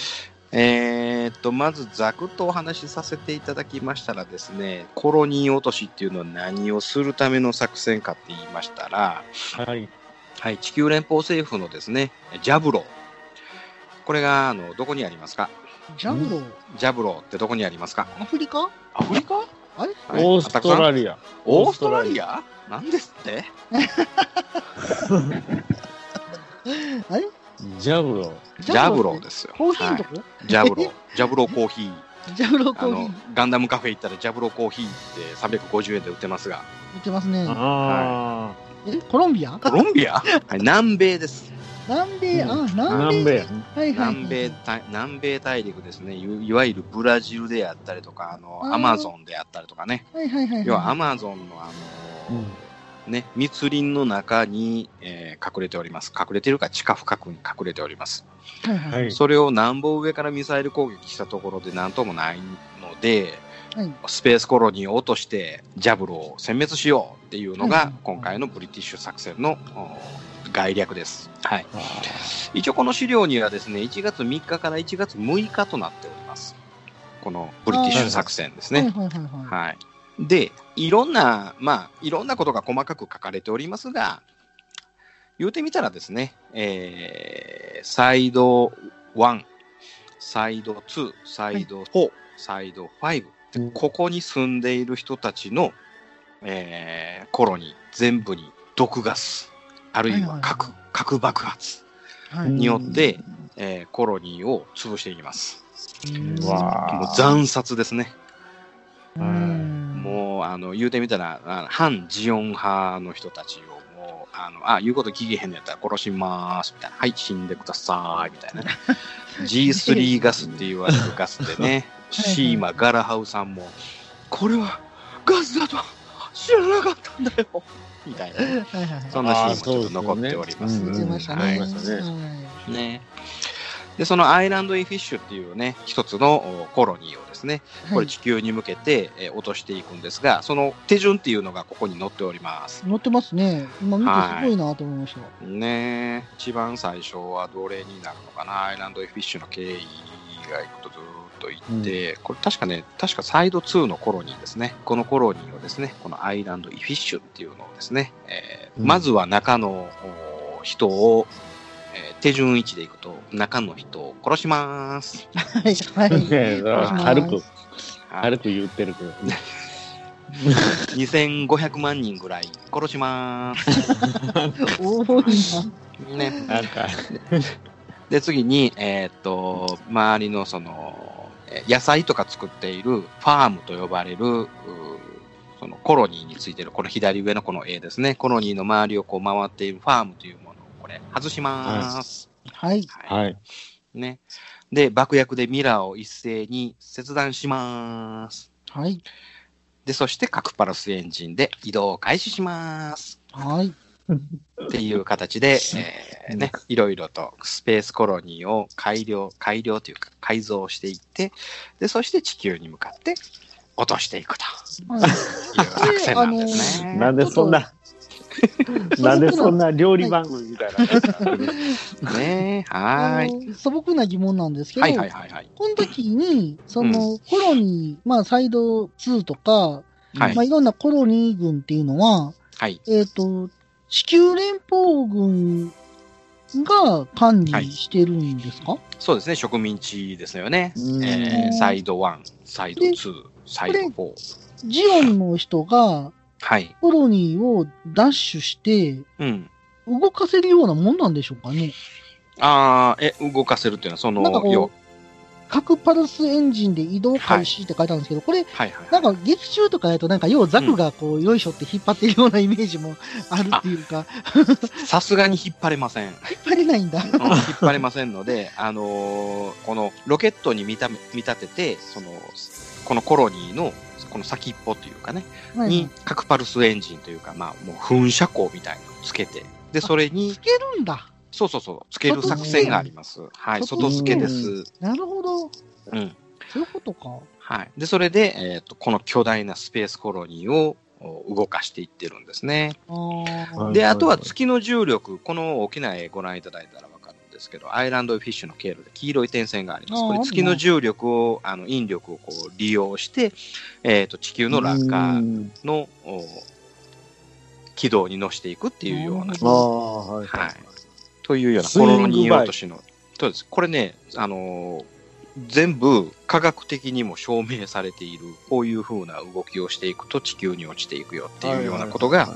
[SPEAKER 3] えーっと、まずざくっとお話しさせていただきましたらですね、コロニー落としっていうのは何をするための作戦かって言いましたら、
[SPEAKER 1] はい。
[SPEAKER 3] はい、地球連邦政府のですね、ジャブロー。これが、あの、どこにありますか
[SPEAKER 4] ジャムロ、
[SPEAKER 3] ジャブローってどこにありますか
[SPEAKER 4] アフリカ
[SPEAKER 3] アフリカ
[SPEAKER 4] あれ
[SPEAKER 1] オーストラリア。
[SPEAKER 3] オーストラリアなんですって
[SPEAKER 4] あれ
[SPEAKER 1] ジャブロー。
[SPEAKER 3] ジャブローですよ。
[SPEAKER 4] コーヒーのと
[SPEAKER 3] は
[SPEAKER 4] こ、
[SPEAKER 3] いジャブロー。ジャブローコーヒー。
[SPEAKER 4] ジャブロー
[SPEAKER 3] あ
[SPEAKER 4] コーヒー
[SPEAKER 3] の、ガンダムカフェ行ったらジャブローコーヒーって350円で売ってますが、
[SPEAKER 4] 売ってますね。
[SPEAKER 1] あ
[SPEAKER 4] え、コロンビア
[SPEAKER 3] コロンビアはい、南米です。
[SPEAKER 4] 南米、
[SPEAKER 1] うん
[SPEAKER 4] あ、
[SPEAKER 1] あ。
[SPEAKER 4] 南米。
[SPEAKER 1] 南米。
[SPEAKER 4] はいはいはい。
[SPEAKER 3] 南米大、南米大陸ですね。いいわゆるブラジルであったりとか、あの、
[SPEAKER 4] あー
[SPEAKER 3] アマゾンであったりとかね。
[SPEAKER 4] はいはいはいはい。
[SPEAKER 3] 要はアマゾンのあの、ね、密林の中に、えー隠れております。隠れてるか地下深くに隠れております。
[SPEAKER 4] はいはい。
[SPEAKER 1] はい。
[SPEAKER 3] それを南方上からミサイル攻撃したところで何ともないの
[SPEAKER 4] は
[SPEAKER 3] で、
[SPEAKER 4] い
[SPEAKER 3] スペースコロニーを落としてジャブローを殲滅しようっていうの
[SPEAKER 4] う
[SPEAKER 3] が
[SPEAKER 4] ん
[SPEAKER 3] 今回のブリティッシュ作戦のお概略です、はい、
[SPEAKER 1] あ
[SPEAKER 3] 一応この資料にはですね1月3日から1月6日となっておりますこのブリティッシュ作戦ですね、
[SPEAKER 4] はいはいはいはい。
[SPEAKER 3] はい。で、いろんな、まあ、いろんなことが細かく書かれておりますが、言うてみたらですね、えーサイド1、サイド2、サイド4、サイド5、
[SPEAKER 1] ー
[SPEAKER 3] ここに住んでいる人たちの、えーコロニー全部に毒ガス、あるいは核、
[SPEAKER 4] はい
[SPEAKER 3] 核爆発
[SPEAKER 4] はい
[SPEAKER 1] うん
[SPEAKER 3] によって、えーコロニーを潰していきます。
[SPEAKER 4] うん
[SPEAKER 1] うわ
[SPEAKER 3] もう
[SPEAKER 1] ー
[SPEAKER 3] 惨殺ですね。
[SPEAKER 4] うん
[SPEAKER 3] もうあの言うてみたらあの反ジオン派の人たちをもうあのあ言うこと聞きへんのやったら殺しまーすみたいなはい死んでくださいみた いなね G3 ガスって言われるガスでね
[SPEAKER 4] はい
[SPEAKER 3] シーマ・ガラハウさんもこれはガスだとは知らなかったんだよみたいなね
[SPEAKER 4] はいはいはい。
[SPEAKER 3] そんなシーンもちょっと残っております
[SPEAKER 1] あーそうですよね
[SPEAKER 4] 出てました
[SPEAKER 3] はい
[SPEAKER 4] ね。
[SPEAKER 1] 出てましたね
[SPEAKER 4] はい
[SPEAKER 3] ねでそのアイランド・インフィッシュっていうね一つのおコロニーをですねこれ地球に向けて、えー落としていくんですが、その手順っていうのがここに載っております。
[SPEAKER 4] 乗ってますね。今見てすごいなと思いました。
[SPEAKER 3] ねえ一番最初はどれになるのかな、アイランドフィッシュの経緯がいくとずーっといって、これ確かね、確かサイド2の頃にですね、この頃にをですね、このアイランドイフィッシュっていうのをですね、えー
[SPEAKER 1] うん
[SPEAKER 3] まずは中のお人を、えー手順位置でいくと、中の人を殺します。
[SPEAKER 2] はい、はい。
[SPEAKER 1] ねえ軽く、軽く言ってるけど。
[SPEAKER 3] 2500万人ぐらい殺します。
[SPEAKER 2] 多いな。
[SPEAKER 3] ね。
[SPEAKER 1] なんか、
[SPEAKER 3] で、次に、えーっと、周りのその、えー野菜とか作っているファームと呼ばれる、うーそのコロニーについてる、この左上のこの絵ですね。コロニーの周りをこう回っているファームというものをこれ外します。
[SPEAKER 2] はい。
[SPEAKER 3] はい
[SPEAKER 1] はい。
[SPEAKER 3] ね。で、爆薬でミラーを一斉に切断します。
[SPEAKER 2] はい。
[SPEAKER 3] で、そして核パルスエンジンで移動を開始します。
[SPEAKER 2] はい。
[SPEAKER 3] っていう 形で、えーね、いろいろとスペースコロニーを改良、改良というか改造していって、で、そして地球に向かって落としていくと いう作戦なんですね。
[SPEAKER 1] なんでそんな、なんでそんな料理番組みたいな。
[SPEAKER 3] ねは
[SPEAKER 2] あ
[SPEAKER 3] ーい。
[SPEAKER 2] の素朴な疑問なんですけど
[SPEAKER 3] は、いはいはいはい。
[SPEAKER 2] この時に、その、コロニー、まあ、サイド2とか、
[SPEAKER 3] はい
[SPEAKER 2] まあ、いろんなコロニー軍っていうのは、
[SPEAKER 3] はい。
[SPEAKER 2] えっ、と、地球連邦軍が管理してるんですか、
[SPEAKER 3] そうですね、植民地ですよね。
[SPEAKER 1] うん
[SPEAKER 3] えーサイド1、サイド2、サイド4。
[SPEAKER 2] ジオンの人が
[SPEAKER 3] はい。
[SPEAKER 2] コロニーをダッシュして、
[SPEAKER 3] うん。
[SPEAKER 2] 動かせるようなもんなんでしょうかね
[SPEAKER 3] ああ、え、動かせるっていうのは、その、
[SPEAKER 2] なんかこう
[SPEAKER 3] よ
[SPEAKER 2] 核パルスエンジンで移動開始って書いてあるんですけど、これ、
[SPEAKER 3] はいはい。
[SPEAKER 2] なんか劇中とかやると、なんかようザクがこう、よいしょって引っ張ってるようなイメージもあるっていうか、
[SPEAKER 3] さすがに引っ張れません。
[SPEAKER 2] 引っ張れないんだ。
[SPEAKER 3] うん引っ張れませんので、 あのーこのロケットに見た目見立てて、その、このコロニーの、この先っぽというかね、
[SPEAKER 2] はい
[SPEAKER 3] に、核パルスエンジンというか、まあ、もう噴射口みたいなのをつけて、で、それに
[SPEAKER 2] つ、けるんだ。
[SPEAKER 3] そうそうそう、つける作戦があります。はい、
[SPEAKER 2] 外
[SPEAKER 3] 外
[SPEAKER 1] 付け
[SPEAKER 3] 付けです。
[SPEAKER 2] なるほど。
[SPEAKER 3] うん。
[SPEAKER 2] そういうことか。
[SPEAKER 3] はい。で、それで、えっ、と、この巨大なスペースコロニーをお動かしていってるんですね。
[SPEAKER 2] あー
[SPEAKER 1] はい
[SPEAKER 3] で、あとは月の重力、この大きな絵ご覧いただいたらわかるんですけど、アイランドフィッシュの経路で黄色い点線があります。
[SPEAKER 2] あー
[SPEAKER 3] これ月の重力を、あの引力をこう利用して、えっと地球の落
[SPEAKER 1] う
[SPEAKER 3] 下
[SPEAKER 1] ん
[SPEAKER 3] のお軌道に乗していくっていうような、
[SPEAKER 1] ああ、はい。
[SPEAKER 3] はい。というような
[SPEAKER 1] スイ
[SPEAKER 3] コ
[SPEAKER 1] ングバイ
[SPEAKER 3] ロニー落としの、そうです。これね、あのー全部科学的にも証明されている、こういう風な動きをしていくと地球に落ちていくよっていうようなことが、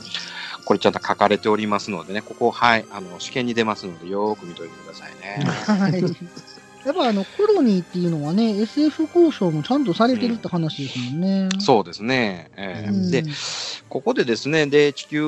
[SPEAKER 3] これちゃんと書かれておりますのでね、ここ、はい、あの、試験に出ますので、よーく見といてくださいね。
[SPEAKER 2] はい。やっぱあの、コロニーっていうのはね、SF 交渉もちゃんとされてるって話ですもんね。
[SPEAKER 3] そうですね。えー
[SPEAKER 2] うん
[SPEAKER 3] で、ここでですね、で、地球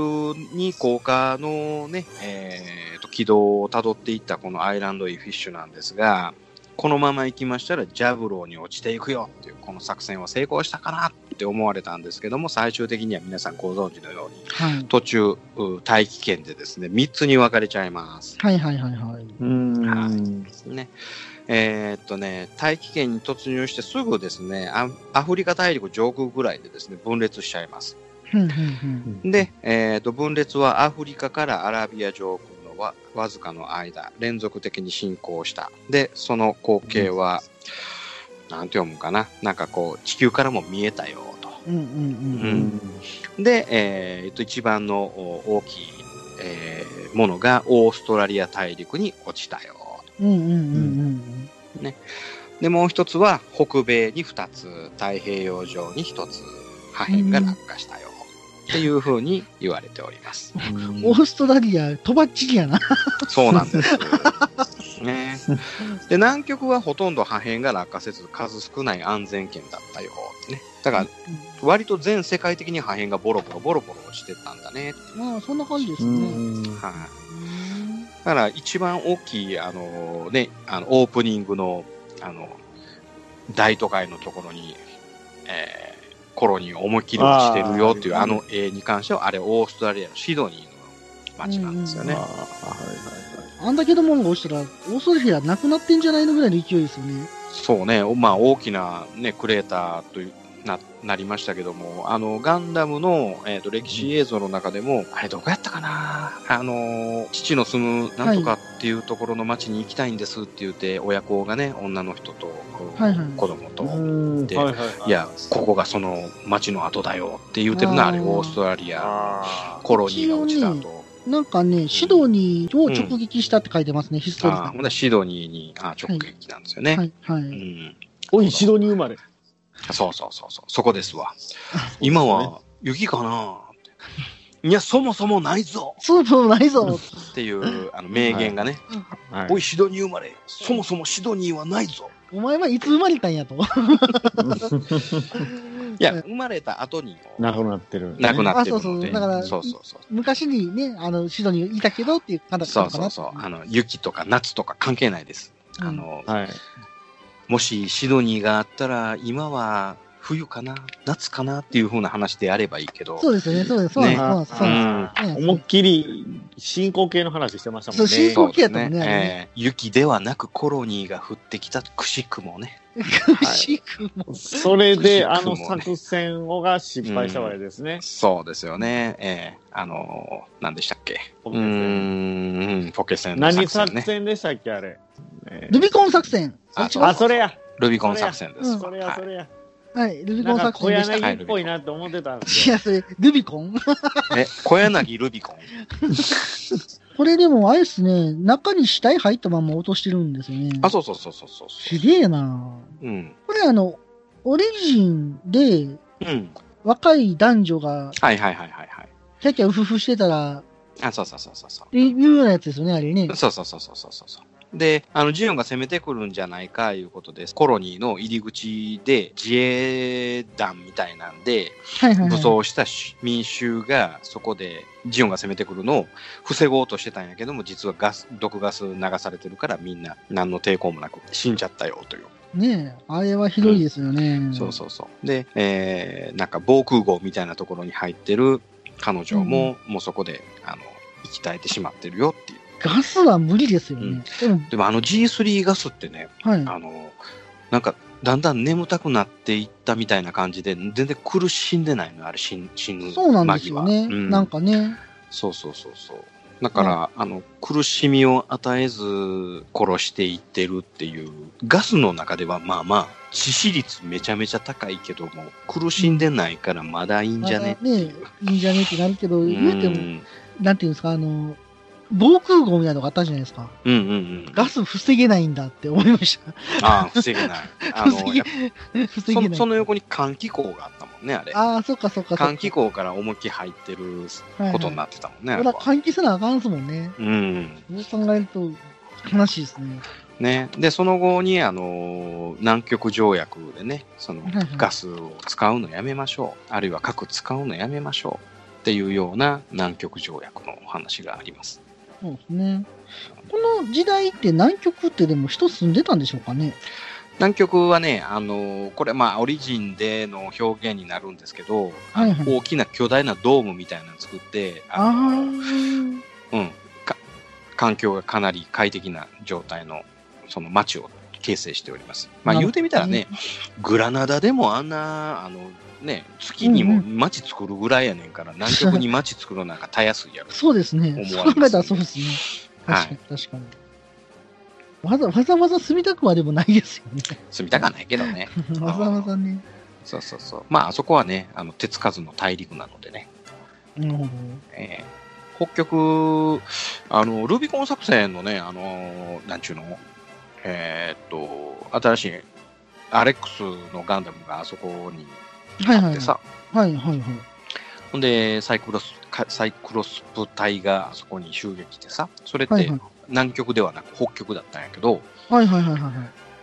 [SPEAKER 3] に降下のね、えーと、軌道をたどっていったこのアイランドイフィッシュなんですが、このまま行きましたらジャブローに落ちていくよっていう、この作戦は成功したかなって思われたんですけども、最終的には皆さんご存知のように、
[SPEAKER 2] はい。
[SPEAKER 3] 途中、う大気圏でですね、3つに分かれちゃいます。
[SPEAKER 2] はいはいはいはい。
[SPEAKER 1] うん。
[SPEAKER 3] ね。えーっとね、大気圏に突入してすぐですね、アアフリカ大陸上空ぐらいでですね、分裂しちゃいます。
[SPEAKER 2] ふんふんふん
[SPEAKER 3] で、えーと、分裂はアフリカからアラビア上空のわわずかの間、連続的に進行した。で、その光景は、なんて読むかな、なんかこう、地球からも見えたよ、と。
[SPEAKER 2] うんうんうんうん。
[SPEAKER 3] で、えーと、一番のお大きい、えーものがオーストラリア大陸に落ちたよ、
[SPEAKER 2] うんうんうんうん。
[SPEAKER 3] で、もう一つは北米に二つ、太平洋上に一つ、破片が落下したよ、っていうふうに言われております。
[SPEAKER 1] うん
[SPEAKER 2] オーストラリア、とばっちりやな。
[SPEAKER 3] そうなんです。ね、で南極はほとんど破片が落下せず数少ない安全圏だったよってねだから割と全世界的に破片がボロボロボロボロ落ちてったんだねって
[SPEAKER 2] まあ、そんな感じです
[SPEAKER 1] う
[SPEAKER 2] ね。
[SPEAKER 1] ん
[SPEAKER 3] はい
[SPEAKER 2] うん
[SPEAKER 3] だから一番大きいあの、ね、あのオープニングのあの大都会のところに、えーコロニーを思いっきり落ちてるよっていう
[SPEAKER 1] あー
[SPEAKER 3] あの絵に関してはあれオーストラリアのシドニーの街なんですよね。
[SPEAKER 1] ああはいはいはい
[SPEAKER 2] あんだけのもんが落ちたら、オーストラリアなくなってんじゃないのぐらいの勢いですよね。
[SPEAKER 3] そうね、おまあ、大きな、ね、クレーターというななりましたけども、あのガンダムの、えー、と歴史映像の中でも、あれ、どこやったかな、あのー父の住むなんとかっていうところの町に行きたいんですって言って、親子がね、女の人と、こう
[SPEAKER 2] はいはい
[SPEAKER 3] 子供と、
[SPEAKER 1] うん
[SPEAKER 3] で
[SPEAKER 1] はいはいはい
[SPEAKER 3] いや、ここがその町の後だよって言うてる
[SPEAKER 2] あ
[SPEAKER 3] な、
[SPEAKER 2] ー
[SPEAKER 3] あれ、オーストラリア、
[SPEAKER 1] あ
[SPEAKER 3] コロニーが落ちた後。
[SPEAKER 2] なんかね、シドニーを直撃したって書いてますね、ヒストリ
[SPEAKER 3] ああ、
[SPEAKER 2] カ
[SPEAKER 3] ほんならシドニーにあ直撃なんですよね。
[SPEAKER 2] はい、は
[SPEAKER 3] う
[SPEAKER 2] い。
[SPEAKER 3] ん。
[SPEAKER 1] おい、シドニー生まれ。
[SPEAKER 3] そうそうそうそう、そこですわ。今は雪か なっていや、そもそもないぞ
[SPEAKER 2] そうそうないぞ。
[SPEAKER 3] っていうあの名言がね、
[SPEAKER 1] はい
[SPEAKER 3] おい、シドニー生まれ、そもそもシドニーはないぞ。
[SPEAKER 2] お前はいつ生まれたんやと。
[SPEAKER 3] いや、生まれた後に
[SPEAKER 1] 亡くなってる、
[SPEAKER 3] 亡く
[SPEAKER 1] っ
[SPEAKER 3] なってるの
[SPEAKER 2] あそうそ
[SPEAKER 3] で、
[SPEAKER 2] うだから
[SPEAKER 3] そうそうそう。
[SPEAKER 2] 昔にね、あの、シドニーいたけどっていう形
[SPEAKER 3] そ
[SPEAKER 2] な
[SPEAKER 3] う
[SPEAKER 2] のか
[SPEAKER 3] そう
[SPEAKER 2] な。
[SPEAKER 3] そう、あの雪とか夏とか関係ないです。
[SPEAKER 2] うん
[SPEAKER 3] あの、
[SPEAKER 1] はい。
[SPEAKER 3] もしシドニーがあったら、今は冬かな、夏かなっていう風な話であればいいけど、
[SPEAKER 2] そうですよね、そうです、そうなんです、
[SPEAKER 3] ね
[SPEAKER 2] そうなんですそうなんで
[SPEAKER 3] うん、
[SPEAKER 2] す。
[SPEAKER 1] 思いっきり進行形の話してましたもんね。
[SPEAKER 2] そう進行
[SPEAKER 3] そう
[SPEAKER 2] 形
[SPEAKER 3] で
[SPEAKER 2] やっ
[SPEAKER 3] す
[SPEAKER 2] たも
[SPEAKER 3] ね
[SPEAKER 2] んねあれね
[SPEAKER 3] えー雪ではなくコロニーが降ってきたくしくもね、
[SPEAKER 2] 苦 しくも。
[SPEAKER 1] それで、あの
[SPEAKER 3] くしくもね
[SPEAKER 1] 作戦をが失敗したわけですね。
[SPEAKER 3] そうですよね、えーあのー、何でしたっけ、
[SPEAKER 1] ポ
[SPEAKER 3] う
[SPEAKER 1] ケセン
[SPEAKER 3] ーん、ポケセンの
[SPEAKER 1] 何
[SPEAKER 3] 作戦
[SPEAKER 1] 作
[SPEAKER 3] ね、
[SPEAKER 1] 戦でしたっけ、あれ。えー
[SPEAKER 2] ルビコン作戦。
[SPEAKER 3] あ
[SPEAKER 2] 違う
[SPEAKER 1] あ、それや、
[SPEAKER 3] ルビコン作戦で
[SPEAKER 2] う
[SPEAKER 3] すわ。
[SPEAKER 2] ん
[SPEAKER 1] それ
[SPEAKER 3] は
[SPEAKER 1] や、
[SPEAKER 3] い
[SPEAKER 1] それや。
[SPEAKER 2] はい、ルビ
[SPEAKER 1] な
[SPEAKER 2] コン
[SPEAKER 1] んか
[SPEAKER 2] 作
[SPEAKER 1] 小
[SPEAKER 2] 戦でした。
[SPEAKER 1] 柳っぽいなと思ってたんです
[SPEAKER 2] い
[SPEAKER 1] よ。
[SPEAKER 2] や、それ、ルビコン
[SPEAKER 3] え、小柳ルビコン。
[SPEAKER 2] これでも、あれですね、中に死体入ったまま落としてるんですよね。
[SPEAKER 3] あ、そうそうそうそうそう。
[SPEAKER 2] すげえな
[SPEAKER 3] うん。
[SPEAKER 2] これあの、オリジンで
[SPEAKER 3] うん。
[SPEAKER 2] 若い男女が
[SPEAKER 3] はいはいはいはいはい。
[SPEAKER 2] キャキャウフフしてたら、
[SPEAKER 3] あ、そうそうそうそうそう
[SPEAKER 2] っ。ていうようなやつですよね、あれね。
[SPEAKER 3] そうそうそうそうそうそうそう。で、あの、ジオンが攻めてくるんじゃないかいうことです。コロニーの入り口で自衛団みたいなんで、
[SPEAKER 2] はいはい、
[SPEAKER 3] 武
[SPEAKER 2] は
[SPEAKER 3] 装したし民衆がそこでジオンが攻めてくるのを防ごうとしてたんやけども、実はガス、毒ガス流されてるからみんな何の抵抗もなく死んじゃったよという。
[SPEAKER 2] い。ねえ、あれはひどいですよね。
[SPEAKER 3] そうそうそう。で、えー、なんか防空壕みたいなところに入ってる彼女も、もうそこで、あの、生き絶えてしまってるよっていう。
[SPEAKER 2] ガスは無理ですよね。
[SPEAKER 3] うん
[SPEAKER 2] でも、
[SPEAKER 3] でもあの G3 ガスってね、
[SPEAKER 2] はい。
[SPEAKER 3] あの、なんか、だんだん眠たくなっていったみたいな感じで、全然苦しんでないのよあれ、死ぬ死ぬ間際。
[SPEAKER 2] そうなんですよね。
[SPEAKER 3] うん
[SPEAKER 2] なんかね。
[SPEAKER 3] そうそうそうそう。だから、あの、苦しみを与えず殺していってるっていう、ガスの中ではまあまあ、致死率めちゃめちゃ高いけども、苦しんでないからまだいいんじゃね
[SPEAKER 2] まだね、いいんじゃねってなるけど、
[SPEAKER 3] うん
[SPEAKER 2] 言うても、なんていうんですか、あの、防空壕みたいなのがあったじゃないですか。
[SPEAKER 3] うんうんうん。
[SPEAKER 2] ガス防げないんだって思いました。
[SPEAKER 3] ああ、防げない。あ の、
[SPEAKER 2] 防げ
[SPEAKER 3] やっぱ
[SPEAKER 2] 防
[SPEAKER 3] そ
[SPEAKER 2] げな
[SPEAKER 3] の
[SPEAKER 2] い。
[SPEAKER 3] その横に換気口があったもんね、あれ。
[SPEAKER 2] ああ、そっかそっかそっか。
[SPEAKER 3] 換気口から思いっきり入ってることになってたもんね。
[SPEAKER 2] はいはい。
[SPEAKER 3] あ
[SPEAKER 2] ほ
[SPEAKER 3] れ
[SPEAKER 2] ら、
[SPEAKER 3] は
[SPEAKER 2] 換気せなあかんすもんね。
[SPEAKER 3] うん。
[SPEAKER 2] そう考えると、悲しいですね。
[SPEAKER 3] ね。で、その後に、あのー、南極条約でね、その
[SPEAKER 2] はいはい
[SPEAKER 3] ガスを使うのやめましょう。あるいは核使うのやめましょう。っていうような南極条約のお話があります。
[SPEAKER 2] そうですね。この時代って南極ってでも人住んでたんでしょうかね。
[SPEAKER 3] 南極はね、あのーこれ、まあ、オリジンでの表現になるんですけど、
[SPEAKER 2] はいはい
[SPEAKER 3] 大きな巨大なドームみたいなの作って、
[SPEAKER 2] ああ
[SPEAKER 3] のー
[SPEAKER 2] ー。
[SPEAKER 3] うん、か環境がかなり快適な状態のその街を形成しております。まあ
[SPEAKER 2] なるほ
[SPEAKER 3] 言う
[SPEAKER 2] ど
[SPEAKER 3] てみたらね、グラナダでもあんな、あのね、月にも街作るぐらいやねんから、南極に街作るなんかたやす いやろ。
[SPEAKER 2] そうですね。
[SPEAKER 3] 思
[SPEAKER 2] そ
[SPEAKER 3] わ
[SPEAKER 2] う
[SPEAKER 3] れますね
[SPEAKER 2] 考えたらそうですね。
[SPEAKER 3] は
[SPEAKER 2] 確かに
[SPEAKER 3] い、
[SPEAKER 2] 確かに。わざわざわざ住みたくはでもないですよ ね。
[SPEAKER 3] 住みたかないけどね。
[SPEAKER 2] わざわざね。
[SPEAKER 3] そうそうそう。まああそこはね、あの手つかずの大陸なのでね。
[SPEAKER 2] なるほど。
[SPEAKER 3] えー北極、あの、ルビコン作戦のね、あのーなんちゅうの、えーっと、新しいアレックスのガンダムがあそこに
[SPEAKER 2] はい
[SPEAKER 3] あ
[SPEAKER 2] は
[SPEAKER 3] っ
[SPEAKER 2] い。
[SPEAKER 3] てさ、
[SPEAKER 2] はいはいはい。
[SPEAKER 3] ほんでサイクロス、かサイクロスプ隊があそこに襲撃してさ、それっ
[SPEAKER 2] はい
[SPEAKER 3] て
[SPEAKER 2] はい
[SPEAKER 3] 南極ではなく北極だったんやけど、
[SPEAKER 2] はいはいはいはいはい。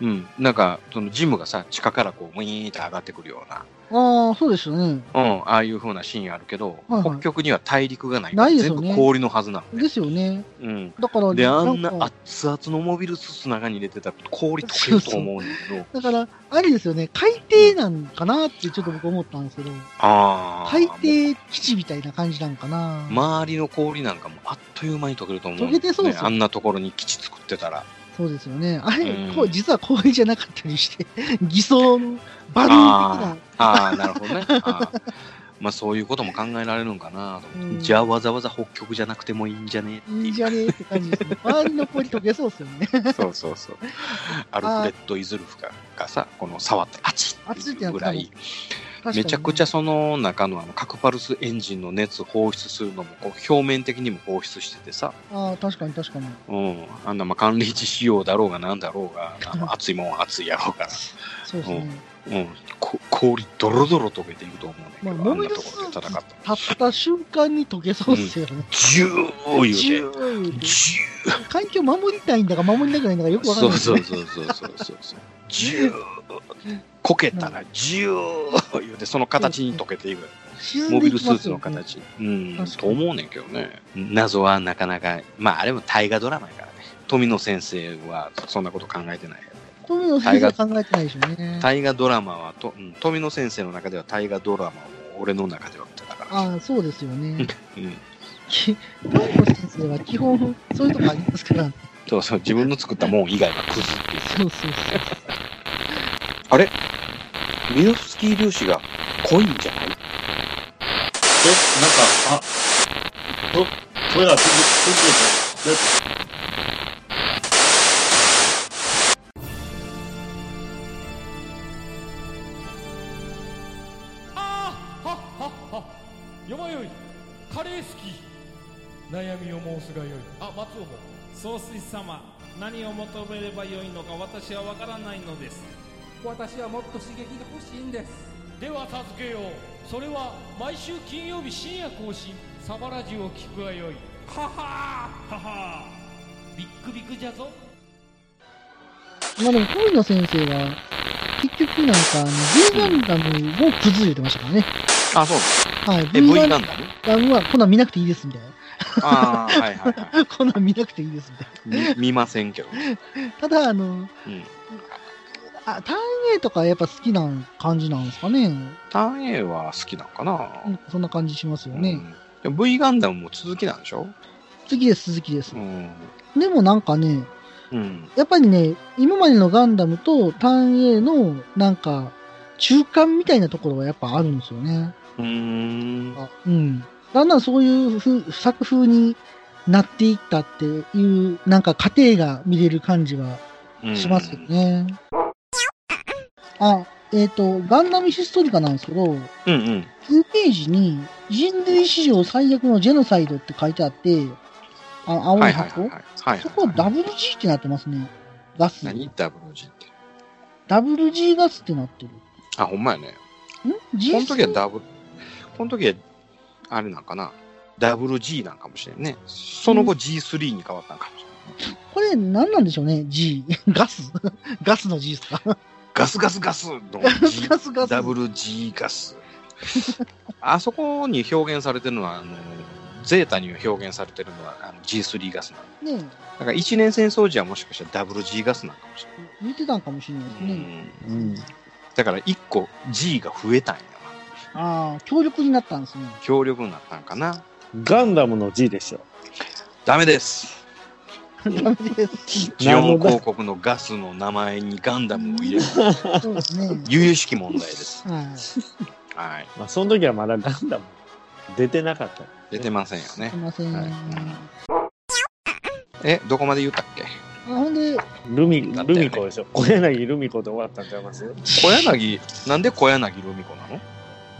[SPEAKER 3] うん、なんか、そのジムがさ、地下からこう、ウィーンって上がってくるような、
[SPEAKER 2] ああ、そうですよね。
[SPEAKER 3] うん、ああいう風なシーンあるけど、
[SPEAKER 2] はいはい
[SPEAKER 3] 北極には大陸がない
[SPEAKER 2] ないです
[SPEAKER 3] 全
[SPEAKER 2] よね
[SPEAKER 3] 部氷のはずなのね。
[SPEAKER 2] ですよね。
[SPEAKER 3] うん。
[SPEAKER 2] だから、
[SPEAKER 3] で、あん
[SPEAKER 2] か
[SPEAKER 3] な熱々のモビルスーツの中に入れてたら氷溶けると思うんだ けど。
[SPEAKER 2] だから、あれですよね、海底なんかなってちょっと僕思ったんですけど、
[SPEAKER 3] あー
[SPEAKER 2] 海
[SPEAKER 3] も
[SPEAKER 2] 底基地みたいな感じなんかな。
[SPEAKER 3] う周りの氷なんかもあっという間に溶けると思う、
[SPEAKER 2] 溶けてそうですよ
[SPEAKER 3] ね。あんなところに基地作ってたら。
[SPEAKER 2] そうですよね。あれ、
[SPEAKER 3] うん
[SPEAKER 2] こう実は氷じゃなかったりして、偽装のバルーン的な。
[SPEAKER 3] あーあー、なるほどね。あーまあそういうことも考えられるんかなと思って
[SPEAKER 2] うん
[SPEAKER 3] じゃあわざわざ北極じゃなくてもいいんじゃねって
[SPEAKER 2] いいん
[SPEAKER 3] いう。
[SPEAKER 2] じゃねえって感じですね。周りの氷溶けそうですよね。
[SPEAKER 3] そうそうそう。アルフレッド・イズルフががさ、この触って、あちっ
[SPEAKER 2] あちっててや
[SPEAKER 3] い
[SPEAKER 2] ったもん
[SPEAKER 3] うぐらい、
[SPEAKER 2] 確かにね
[SPEAKER 3] めちゃくちゃその中のあの核パルスエンジンの熱放出するのもこう表面的にも放出しててさ、
[SPEAKER 2] ああ、確かに確かに。
[SPEAKER 3] うん、あんなまあ管理値仕様だろうがなんだろうがあの熱いもんは熱いやろうが、
[SPEAKER 2] そうですね。
[SPEAKER 3] うん、こ氷ドロドロ溶けていくと思うねんけど、
[SPEAKER 2] まあ、
[SPEAKER 3] あ、ん
[SPEAKER 2] 燃
[SPEAKER 3] な
[SPEAKER 2] え
[SPEAKER 3] と
[SPEAKER 2] 出
[SPEAKER 3] こ
[SPEAKER 2] す
[SPEAKER 3] ろで戦った
[SPEAKER 2] たった瞬間に溶けそうですよね。
[SPEAKER 3] ジュー
[SPEAKER 2] ジ
[SPEAKER 3] 言
[SPEAKER 2] ュ
[SPEAKER 3] う
[SPEAKER 2] ー言う
[SPEAKER 3] て
[SPEAKER 2] て
[SPEAKER 3] ジュ
[SPEAKER 2] 環境守りたいんだか守りたくないんだかよ
[SPEAKER 3] ー
[SPEAKER 2] くわかん
[SPEAKER 3] そ
[SPEAKER 2] な
[SPEAKER 3] う
[SPEAKER 2] い。
[SPEAKER 3] そうそうそうそうそうそうジューこけたらジュー言うてその形に溶けていく
[SPEAKER 2] 沈
[SPEAKER 3] モ
[SPEAKER 2] んで
[SPEAKER 3] ビ
[SPEAKER 2] い
[SPEAKER 3] ル
[SPEAKER 2] き
[SPEAKER 3] スー
[SPEAKER 2] ます
[SPEAKER 3] ツ
[SPEAKER 2] よ
[SPEAKER 3] の
[SPEAKER 2] ね
[SPEAKER 3] 形、うん
[SPEAKER 2] 確かに
[SPEAKER 3] と思うねんけどね謎はなかなかまああれも大河ドラマやからね富野先生はそんなこと考えてないよ
[SPEAKER 2] こういうの先生考えてないでしょうね。
[SPEAKER 3] 大河ドラマはと、うん富野先生の中では大河ドラマを俺の中ではってだから、
[SPEAKER 2] ああ、そうですよね。
[SPEAKER 3] うん、
[SPEAKER 2] きロンゴ先生は基本、そういうとこありますから。
[SPEAKER 3] そうそう自分の作ったもん以外はクズっていう
[SPEAKER 2] そうそうそう。
[SPEAKER 3] ミノフスキー粒子が濃いんじゃない
[SPEAKER 1] なんか、あ、と、声がつく、つく
[SPEAKER 5] あーはっはっは山よいカレー好き悩みを申すがよいあ松尾も
[SPEAKER 6] 総帥様何を求めればよいのか私は分からないのです
[SPEAKER 7] 私はもっと刺激が欲しいんです
[SPEAKER 5] では授けようそれは毎週金曜日深夜更新サバラジを聞くがよいははーははービックビックじゃぞ
[SPEAKER 2] まあでも、富野先生は、結局なんか、あの V ガンダムを崩れてましたからね。
[SPEAKER 3] あそう
[SPEAKER 2] はい。
[SPEAKER 3] え
[SPEAKER 2] V
[SPEAKER 3] V ガ
[SPEAKER 2] ガ
[SPEAKER 3] ンダ
[SPEAKER 2] ン
[SPEAKER 3] ム
[SPEAKER 2] ダムは、こんなん見なく ていいですみたい
[SPEAKER 3] ああはいはいは
[SPEAKER 2] な。こんなん見なくていいですみたい
[SPEAKER 3] いみ見ませんけどね
[SPEAKER 2] な。ただ、あの、
[SPEAKER 3] うん
[SPEAKER 2] あ、単影とかやっぱ好きな感じなんですかね。
[SPEAKER 3] 単影は好きなのかな、
[SPEAKER 2] うんそんな感じしますよ
[SPEAKER 3] う
[SPEAKER 2] ね。
[SPEAKER 3] んでも V ガンダムも続きなんでしょ
[SPEAKER 2] 次です、鈴木です
[SPEAKER 3] う。ん、
[SPEAKER 2] でもなんかね、
[SPEAKER 3] うん、
[SPEAKER 2] やっぱりね、今までのガンダムと単影の、なんか、中間みたいなところはやっぱあるんですよね。
[SPEAKER 3] うーん
[SPEAKER 2] うん。だんだんそういうふ作風になっていったっていう、なんか過程が見れる感じは
[SPEAKER 3] うん
[SPEAKER 2] しますよね。あ、えっ、と、ガンダムヒストリカなんですけど、9
[SPEAKER 3] うんうん
[SPEAKER 2] ページに人類史上最悪のジェノサイドって書いてあって、あの青
[SPEAKER 3] はいいはいはい
[SPEAKER 2] 箱
[SPEAKER 3] はいはいはい
[SPEAKER 2] そこ WG ってなってますね。ガス。
[SPEAKER 3] 何 WG って
[SPEAKER 2] WG ガスってなってる。
[SPEAKER 3] あほんまやね
[SPEAKER 2] ん ?G
[SPEAKER 3] この時はダブルこの時はあれなんかな WG なんかもしれんねその後 G3 に変わったんかもしれん
[SPEAKER 2] これ何なんでしょうね ?G。ガスガスの G ですか
[SPEAKER 3] ガスガスガスの G
[SPEAKER 2] ガスガス
[SPEAKER 3] WG ガスあそこに表現されてるのはあのゼータに表現されてるのはあの G3 ガスなの
[SPEAKER 2] ねえ
[SPEAKER 3] だから一年戦争時はもしかしたら WG ガスなんかもしれ
[SPEAKER 2] 言ってたんかもしれないです
[SPEAKER 3] な
[SPEAKER 2] ね。
[SPEAKER 3] い、
[SPEAKER 1] うんうん。
[SPEAKER 3] だから一個 G が増えたんやな
[SPEAKER 2] ああ、強力になったんです ね。
[SPEAKER 3] 強力になったんかな
[SPEAKER 1] ガンダムの G でしょ。
[SPEAKER 3] ダメです
[SPEAKER 2] ダメです。
[SPEAKER 3] ジオン広告のガスの名前にガンダムを入れる
[SPEAKER 2] そうですね。
[SPEAKER 3] 由々しき問題です。
[SPEAKER 2] はい。
[SPEAKER 3] はい。
[SPEAKER 1] まあ、その時はまだガンダム出てなかった。
[SPEAKER 3] 出てませんよ
[SPEAKER 2] すい
[SPEAKER 3] ね。
[SPEAKER 2] ません。
[SPEAKER 3] はい
[SPEAKER 2] あ
[SPEAKER 3] え、どこまで言ったっけ
[SPEAKER 2] ほんで、
[SPEAKER 1] ルミ、
[SPEAKER 3] だったよ
[SPEAKER 1] ル
[SPEAKER 3] ね
[SPEAKER 1] ミ子でしょ。小柳ルミ子で終わったんちゃいます
[SPEAKER 3] 小柳、なんで小柳ルミ子なの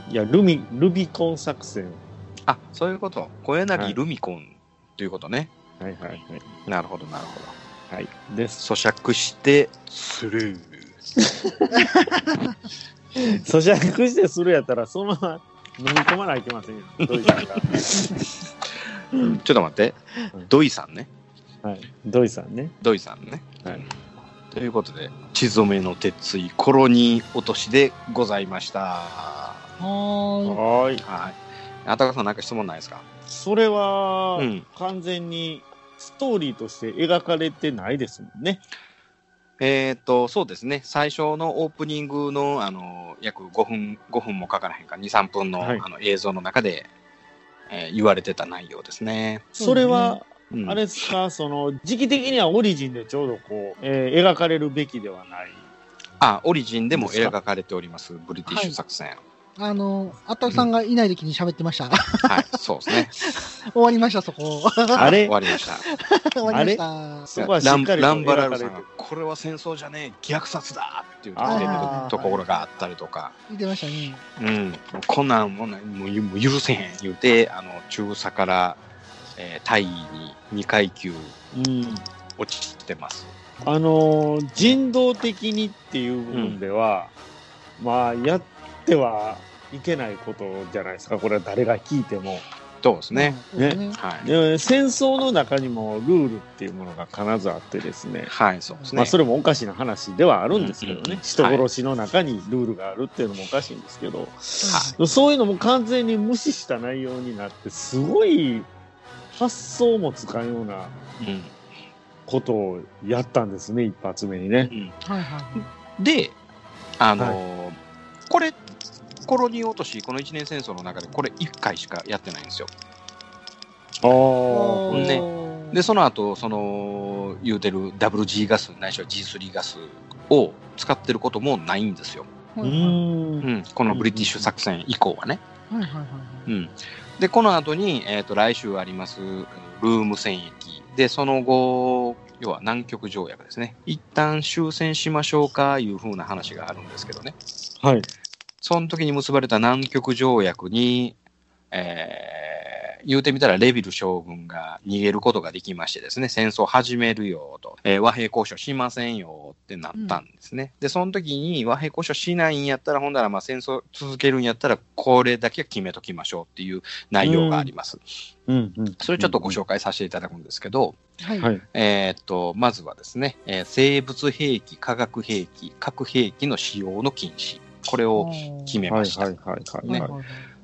[SPEAKER 1] いや、ルミ、ルビコン作戦。
[SPEAKER 3] あ、そういうこと。小
[SPEAKER 1] は
[SPEAKER 3] 柳
[SPEAKER 1] い
[SPEAKER 3] ルミ子ということね。
[SPEAKER 1] はいはいはい。
[SPEAKER 3] なるほど、なるほど。
[SPEAKER 1] はい。です。
[SPEAKER 3] 咀嚼して、スルー。
[SPEAKER 1] 咀嚼してするやったら、そのまま飲み込まないといけませんよ。土井さんが。
[SPEAKER 3] ちょっと待って
[SPEAKER 1] うん。
[SPEAKER 3] 土井さんね。
[SPEAKER 1] はい。土井さんね。
[SPEAKER 3] 土井さんね。
[SPEAKER 1] はい。
[SPEAKER 3] ということで、血染めの鉄槌、コロニー落としでございました。
[SPEAKER 2] はーい。
[SPEAKER 1] はーい。
[SPEAKER 3] はい。あたかさん、なんか質問ないですか
[SPEAKER 1] それは、
[SPEAKER 3] うん
[SPEAKER 1] 完全にストーリーとして描かれてないですもんね。
[SPEAKER 3] えーっと、そうですね。最初のオープニングの、あの、約5分、5分もかからへんか、2、3分の,、
[SPEAKER 1] はい
[SPEAKER 3] あの映像の中で、えー言われてた内容ですね。
[SPEAKER 1] それは、
[SPEAKER 3] うん
[SPEAKER 1] あれですか、その、時期的にはオリジンでちょうどこう、えー描かれるべきではない。
[SPEAKER 3] あ、オリジンでも
[SPEAKER 1] ですか
[SPEAKER 3] 描かれております、ブリティッシュ作戦。
[SPEAKER 2] あの、あったくさんがいない時に喋ってました。
[SPEAKER 3] はい、そうです ね。
[SPEAKER 2] 終わりました、そこ。
[SPEAKER 1] あれ
[SPEAKER 3] 終わりました。
[SPEAKER 2] 終わりました。
[SPEAKER 1] そこはし
[SPEAKER 3] ラン
[SPEAKER 1] っかり
[SPEAKER 3] ランバラル
[SPEAKER 1] 描
[SPEAKER 3] さ
[SPEAKER 1] か
[SPEAKER 3] ん
[SPEAKER 1] れ
[SPEAKER 3] が
[SPEAKER 1] てる、
[SPEAKER 3] これは戦争じゃねえ、虐殺だっていうの
[SPEAKER 1] あ
[SPEAKER 3] を
[SPEAKER 1] ー
[SPEAKER 3] 出てるところがあったりとか、
[SPEAKER 2] 見てましたね。
[SPEAKER 3] うん、こんなんもうなもうゆもう許せへん言うて、あの中佐から、えー、大尉に2階級
[SPEAKER 1] うん。
[SPEAKER 3] 落ちてます。
[SPEAKER 1] あのー人道的にっていう部分では、まあ、やってはいけないことじゃないですか、これは誰が聞いても。
[SPEAKER 3] そうですね。
[SPEAKER 2] そうですね。
[SPEAKER 3] はい。
[SPEAKER 1] で戦争の中にもルールっていうものが必ずあってですね、
[SPEAKER 3] はい、そうですね。
[SPEAKER 1] まあ、それもおかしな話ではあるんですけどね、
[SPEAKER 3] うんうんうん
[SPEAKER 1] 人殺しの中にルールがあるっていうのもおかしいんですけど、
[SPEAKER 3] は。
[SPEAKER 1] そういうのも完全に無視した内容になって、すごい発想もつかんようない
[SPEAKER 3] うん
[SPEAKER 1] ことをやったんですね、一発目にね。
[SPEAKER 2] はいはい。
[SPEAKER 3] で、あのーこれ、コロニー落とし、この一年戦争の中で、これ1回しかやってないんですよ。
[SPEAKER 1] あ
[SPEAKER 3] ーねで、その後、その、言うてる WG ガス、ないしは G3 ガスを使ってることもないんですよ。
[SPEAKER 1] う
[SPEAKER 2] はいはい
[SPEAKER 1] ーん
[SPEAKER 3] うん、このブリティッシュ作戦以降はね。
[SPEAKER 2] はいはいはい。
[SPEAKER 3] うん。で、この後に、えっ、と、来週あります、ルーム戦役。で、その後、要は南極条約ですね。一旦終戦しましょうか、いう風な話があるんですけどね。
[SPEAKER 1] はい。
[SPEAKER 3] その時に結ばれた南極条約に、えー言うてみたらレビル将軍が逃げることができましてですね、戦争始めるよと、えー和平交渉しませんよってなったんですね。で、その時に和平交渉しないんやったら、ほんならまあ戦争続けるんやったら、これだけは決めときましょうっていう内容があります。
[SPEAKER 1] うんうん、
[SPEAKER 3] それちょっとご紹介させていただくんですけど、
[SPEAKER 2] はい
[SPEAKER 1] は
[SPEAKER 2] はいい。
[SPEAKER 3] えーっと、まずはですね、えー生物兵器、化学兵器、核兵器の使用の禁止。これを決めました。
[SPEAKER 1] はいはいはい
[SPEAKER 3] ね
[SPEAKER 1] はい。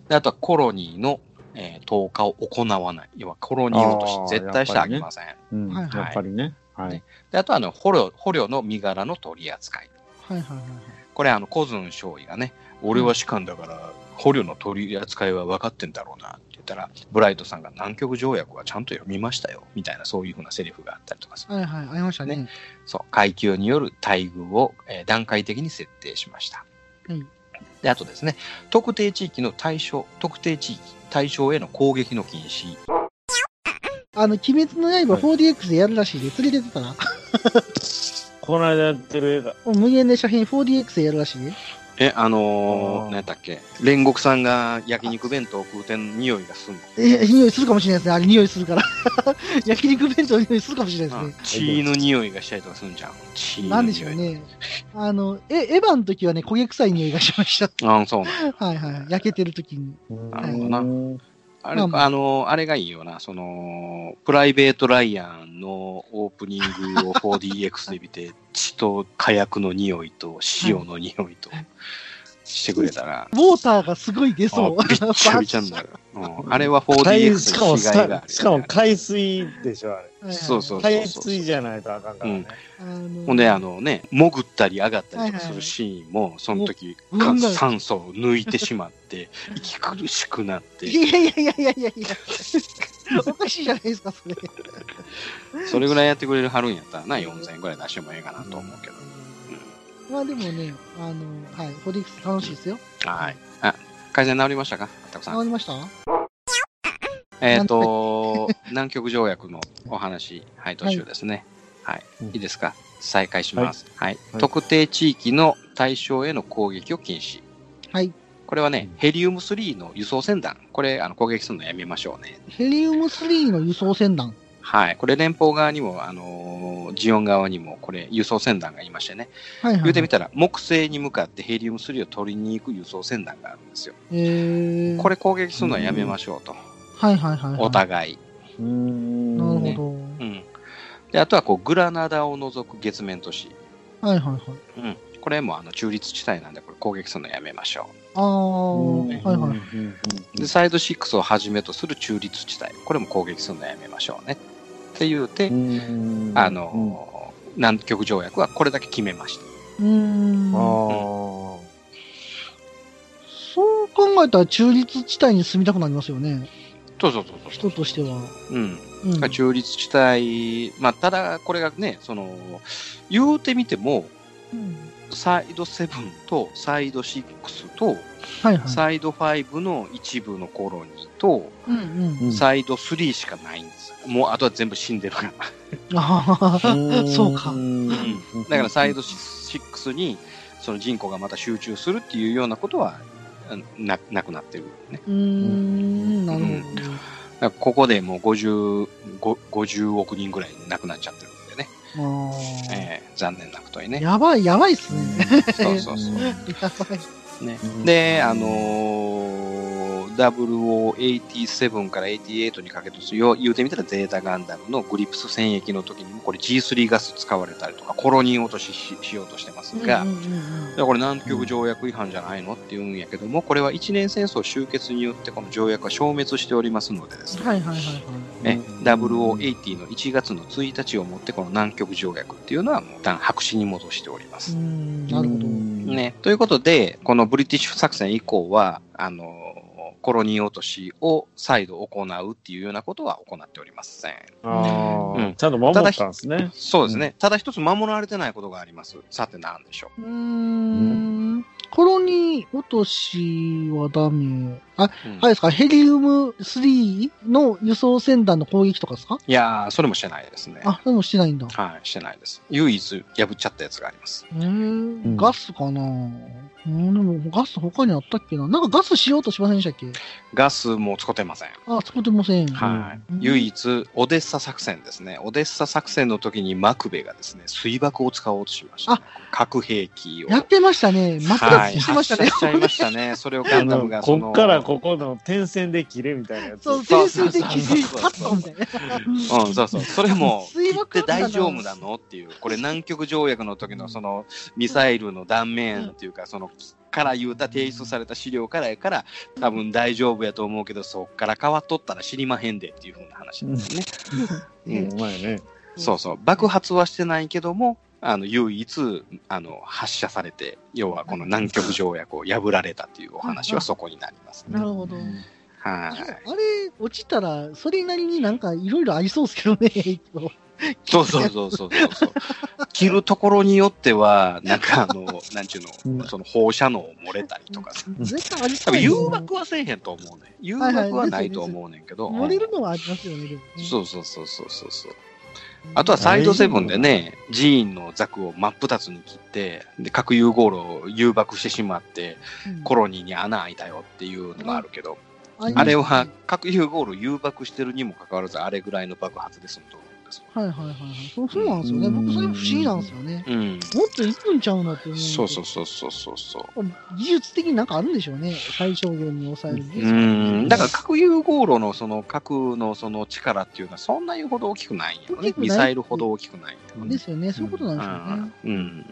[SPEAKER 3] であとはコロニーの、えー投下を行わない。要はコロニーをと
[SPEAKER 1] あー
[SPEAKER 3] して絶対してあげません。
[SPEAKER 1] うん
[SPEAKER 2] はいはい
[SPEAKER 1] やっぱりね。はい。
[SPEAKER 3] であとはあの捕虜捕虜の身柄の取り扱い。
[SPEAKER 2] はいはいはい。
[SPEAKER 3] これあのコズン少尉がね、俺は士官だから捕虜の取り扱いは分かってんだろうなって言ったら、ブライトさんが南極条約はちゃんと読みましたよ。みたいなそういうふうなセリフがあったりとかする。
[SPEAKER 2] はいはい。ありましたね。
[SPEAKER 3] そう、階級による待遇を、えー段階的に設定しました。
[SPEAKER 2] うん
[SPEAKER 3] で、あとですね、特定地域の対象、特定地域、対象への攻撃の禁止。
[SPEAKER 2] あの、鬼滅の刃
[SPEAKER 1] はい
[SPEAKER 2] 4DX でやるらしいで、連れてったら。
[SPEAKER 1] この間やってる映画。
[SPEAKER 2] 無限列車編 4DX でやるらしいで。
[SPEAKER 3] え、あ
[SPEAKER 1] あ
[SPEAKER 3] の
[SPEAKER 1] ー
[SPEAKER 3] ー、何やったっけ煉獄さんが焼肉弁当を食うてん匂いがすんの。
[SPEAKER 2] え、匂いするかもしれないですね。あれ匂いするから。 焼肉弁当の匂いするかもしれないですね。
[SPEAKER 3] 血の匂いがしたりとかするんじゃん。血の匂い。
[SPEAKER 2] なんでしょう。ね。あの、え、エヴァの時はね、焦げ臭い匂いがしました。
[SPEAKER 3] あそうなんや
[SPEAKER 2] はいはい。焼けてる時に。
[SPEAKER 1] な
[SPEAKER 3] るほどなあれ、
[SPEAKER 2] まあまあ
[SPEAKER 3] あのー、あれがいいよな。その、プライベート・ライアンのオープニングを 4DX で見て、血と火薬の匂いと塩の匂いとしてくれたら、
[SPEAKER 2] ウォーターがすごい出 そう。
[SPEAKER 3] あびっちゃびちゃになる。うんあれは 4DX
[SPEAKER 1] 海
[SPEAKER 3] の
[SPEAKER 1] しかも
[SPEAKER 3] 違いがあ
[SPEAKER 1] さ、
[SPEAKER 3] る。
[SPEAKER 1] しかも海水でしょ、あれ。
[SPEAKER 2] はいはい
[SPEAKER 3] そうそう
[SPEAKER 1] 海水じゃないとあかんからね。
[SPEAKER 2] あの
[SPEAKER 3] ほんで、あのね、潜ったり上がったりとかするシーンも、その時、
[SPEAKER 2] おうん
[SPEAKER 3] か酸素を抜いてしまって、息苦しくなって、
[SPEAKER 2] いやいやいやいやいやいや。おかしいじゃないですか、それ。
[SPEAKER 3] それぐらいやってくれるはるんやったらな、4000円ぐらい出してもええかなと思うけど。
[SPEAKER 2] まあでもね、あの、はい、フォディックス楽しいですよ。
[SPEAKER 3] はい。あ、改善治りましたかたくさ
[SPEAKER 2] 変わ
[SPEAKER 3] ん。
[SPEAKER 2] りました
[SPEAKER 3] えっ、と、 南極条約のお話、はい、途中ですね。はい。
[SPEAKER 1] うん
[SPEAKER 3] い、いですか再開します、はい。
[SPEAKER 1] はい
[SPEAKER 3] 特定地域の対象への攻撃を禁止。
[SPEAKER 2] はい。
[SPEAKER 3] これはね
[SPEAKER 1] う、
[SPEAKER 3] ヘリウム3の輸送船団。これ、あの、攻撃するのやめましょうね。
[SPEAKER 2] ヘリウム3の輸送船団。
[SPEAKER 3] はい。これ連邦側にも、あのージオン側にも、これ輸送船団がいましてね。
[SPEAKER 2] はいはい。
[SPEAKER 3] 言うてみたら、木星に向かってヘリウム3を取りに行く輸送船団があるんですよ。
[SPEAKER 2] えー、
[SPEAKER 3] これ攻撃するのはやめましょうと。
[SPEAKER 2] はいはいはいはい。
[SPEAKER 3] お互い。
[SPEAKER 1] うー
[SPEAKER 2] なるほ
[SPEAKER 1] ん。
[SPEAKER 2] ど。
[SPEAKER 3] うん。で、あとは、こう、グラナダを除く月面都市。
[SPEAKER 2] はいはいはい。
[SPEAKER 3] うん。これも、あの、中立地帯なんで、これ攻撃するのやめましょ
[SPEAKER 2] あー、はいはい。
[SPEAKER 3] う。で、サイド6をはじめとする中立地帯。これも攻撃するのやめましょうね。っていうて、あのー、南極条約はこれだけ決めました。
[SPEAKER 2] うーん。
[SPEAKER 1] あ
[SPEAKER 2] そう考えたら中立地帯に住みたくなりますよね。
[SPEAKER 3] そうそうそうそう。
[SPEAKER 2] 人としては。
[SPEAKER 3] うん。
[SPEAKER 2] うん。
[SPEAKER 3] が中立地帯、まあ、ただこれがね、その、言うてみても、
[SPEAKER 2] うん
[SPEAKER 3] サイド7とサイド6と
[SPEAKER 2] はいはい。
[SPEAKER 3] サイド5の一部のコロニーと
[SPEAKER 2] うんうん。
[SPEAKER 3] サイド3しかないんです。もうあとは全部死ん でるから。
[SPEAKER 2] ああ、そうか。
[SPEAKER 3] だからサイド6にその人口がまた集中するっていうようなことはあななくなってるね。
[SPEAKER 2] うーん、なるほどね。
[SPEAKER 3] だからここでもう50 5 50億人ぐらい亡くなっちゃってるんでね。
[SPEAKER 2] ああ
[SPEAKER 3] えー残念なことにね。
[SPEAKER 2] やばい、やばいっすね。
[SPEAKER 3] そうそうそう。
[SPEAKER 2] やばい。
[SPEAKER 3] ね、で、あのー、0087から88にかけてですよ、言うてみたらゼータガンダムのグリプス戦役の時にも、これ G3 ガス使われたりとか、コロニー落としししようとしてますが、
[SPEAKER 2] うんうんうんうん
[SPEAKER 3] だからこれ南極条約違反じゃないのって言うんやけども、これは一年戦争終結によってこの条約は消滅しておりますのでですね、
[SPEAKER 2] はいはいはいはい。
[SPEAKER 3] ね、0080の1月の1日をもってこの南極条約っていうのはもう段白紙に戻しておりま
[SPEAKER 2] うー
[SPEAKER 3] す。
[SPEAKER 2] ん、なるほど。
[SPEAKER 3] ね、ということで、このブリティッシュ作戦以降は、あの、コロニー落としを再度行うっていうようなことは行っておりません。
[SPEAKER 1] あ
[SPEAKER 3] う
[SPEAKER 1] ー
[SPEAKER 3] ん
[SPEAKER 1] ちゃんと守ったんですね。
[SPEAKER 3] そうですね。ただ一つ守られてないことがあります。さて何でしょ
[SPEAKER 2] うーん。コロニー落としはダメ。あ、
[SPEAKER 3] う、うん
[SPEAKER 2] あれですか、ヘリウム3の輸送船団の攻撃とかですか
[SPEAKER 3] いやー、それもしてないですね。
[SPEAKER 2] あ、でもしてないんだ。
[SPEAKER 3] はい、してないです。唯一破っちゃったやつがあります。
[SPEAKER 2] えー、
[SPEAKER 1] ん
[SPEAKER 2] ガスかなうん、でもガス他にあったっけななんかガスしようとしませんでしたっけ
[SPEAKER 3] ガスも使ってません。
[SPEAKER 2] あ、使ってません。
[SPEAKER 3] はい、
[SPEAKER 2] うん
[SPEAKER 3] 唯一、オデッサ作戦ですね。オデッサ作戦の時にマクベがですね、水爆を使おうとしました、
[SPEAKER 2] あ
[SPEAKER 3] 核兵器を。
[SPEAKER 2] やってましたね。全く
[SPEAKER 3] はい、
[SPEAKER 2] してましたね。
[SPEAKER 3] 発射しちゃいましたね。それをガ
[SPEAKER 1] あ
[SPEAKER 3] ンダ
[SPEAKER 1] の
[SPEAKER 3] ムがそ
[SPEAKER 1] こ
[SPEAKER 3] の。
[SPEAKER 1] っからここの点線で切れみたいなやつ。
[SPEAKER 2] そう、
[SPEAKER 3] そ
[SPEAKER 2] 潜
[SPEAKER 3] うそう
[SPEAKER 2] 水
[SPEAKER 3] そう
[SPEAKER 2] で気づいたパッとみたいな。
[SPEAKER 3] うん、そうそう。それも、
[SPEAKER 2] 水
[SPEAKER 3] 切っ
[SPEAKER 2] 爆
[SPEAKER 3] て
[SPEAKER 2] あったな
[SPEAKER 3] 大丈夫なのっていう。これ南極条約の時のそのミサイルの断面っていうか、その、から言うた提出された資料からやから、多分大丈夫やと思うけど、そっから変わっとったら知りまへんでっていうふうな話なんですね。 うん
[SPEAKER 1] うん、前ね。
[SPEAKER 3] そうそう。爆発はしてないけども、あの、唯一、あの、発射されて、要はこの南極条約を破られたというお話はそこになります
[SPEAKER 2] な
[SPEAKER 3] ね。
[SPEAKER 2] るほど。あ
[SPEAKER 3] は
[SPEAKER 2] れ
[SPEAKER 3] い。、
[SPEAKER 2] 落ちたら、それなりになんかいろいろありそうですけどね。
[SPEAKER 3] そうそうそうそうそうそう。切るところによっては、なんかあ の、なんちゅうの、その放射能漏れたりとかさ。
[SPEAKER 2] 絶対あり
[SPEAKER 3] 多
[SPEAKER 2] そう
[SPEAKER 3] 分
[SPEAKER 2] です
[SPEAKER 3] 誘
[SPEAKER 2] ね
[SPEAKER 3] 惑はせえへんと思うね。誘惑はないと思うねんけど。
[SPEAKER 2] 漏れるのはありますよね、でもね
[SPEAKER 3] そうそうそうそうそうそう。あとはサイドセブンでね、寺院のザクを真っ二つに切って、で、核融合炉を誘爆してしまって、
[SPEAKER 2] うん
[SPEAKER 3] コロニーに穴開いたよっていうのがあるけど、
[SPEAKER 2] ありま
[SPEAKER 3] あ
[SPEAKER 2] す
[SPEAKER 3] れは核融合炉誘爆してるにもかかわらず、あれぐらいの爆発で済むと思うんですよ。
[SPEAKER 2] はいはいはいはい。そうそうなんですよね。僕、それ不思議なんですよね。
[SPEAKER 3] うん。
[SPEAKER 2] もっと行くんちゃうのって思
[SPEAKER 3] そうそう
[SPEAKER 2] う。
[SPEAKER 3] そうそうそうそう。
[SPEAKER 2] 技術的になんかあるんでしょうね。最小限に抑える技
[SPEAKER 3] う
[SPEAKER 2] 術
[SPEAKER 3] ーんだから核融合炉のその核のその力っていうのはそんなにほど大きくないんやろ
[SPEAKER 2] 大き。
[SPEAKER 3] ね
[SPEAKER 2] くない
[SPEAKER 3] ミサイルほど大きくないんやろ
[SPEAKER 2] で
[SPEAKER 3] ね。
[SPEAKER 2] すよね。そういうことなんでしょうね。
[SPEAKER 3] うんうん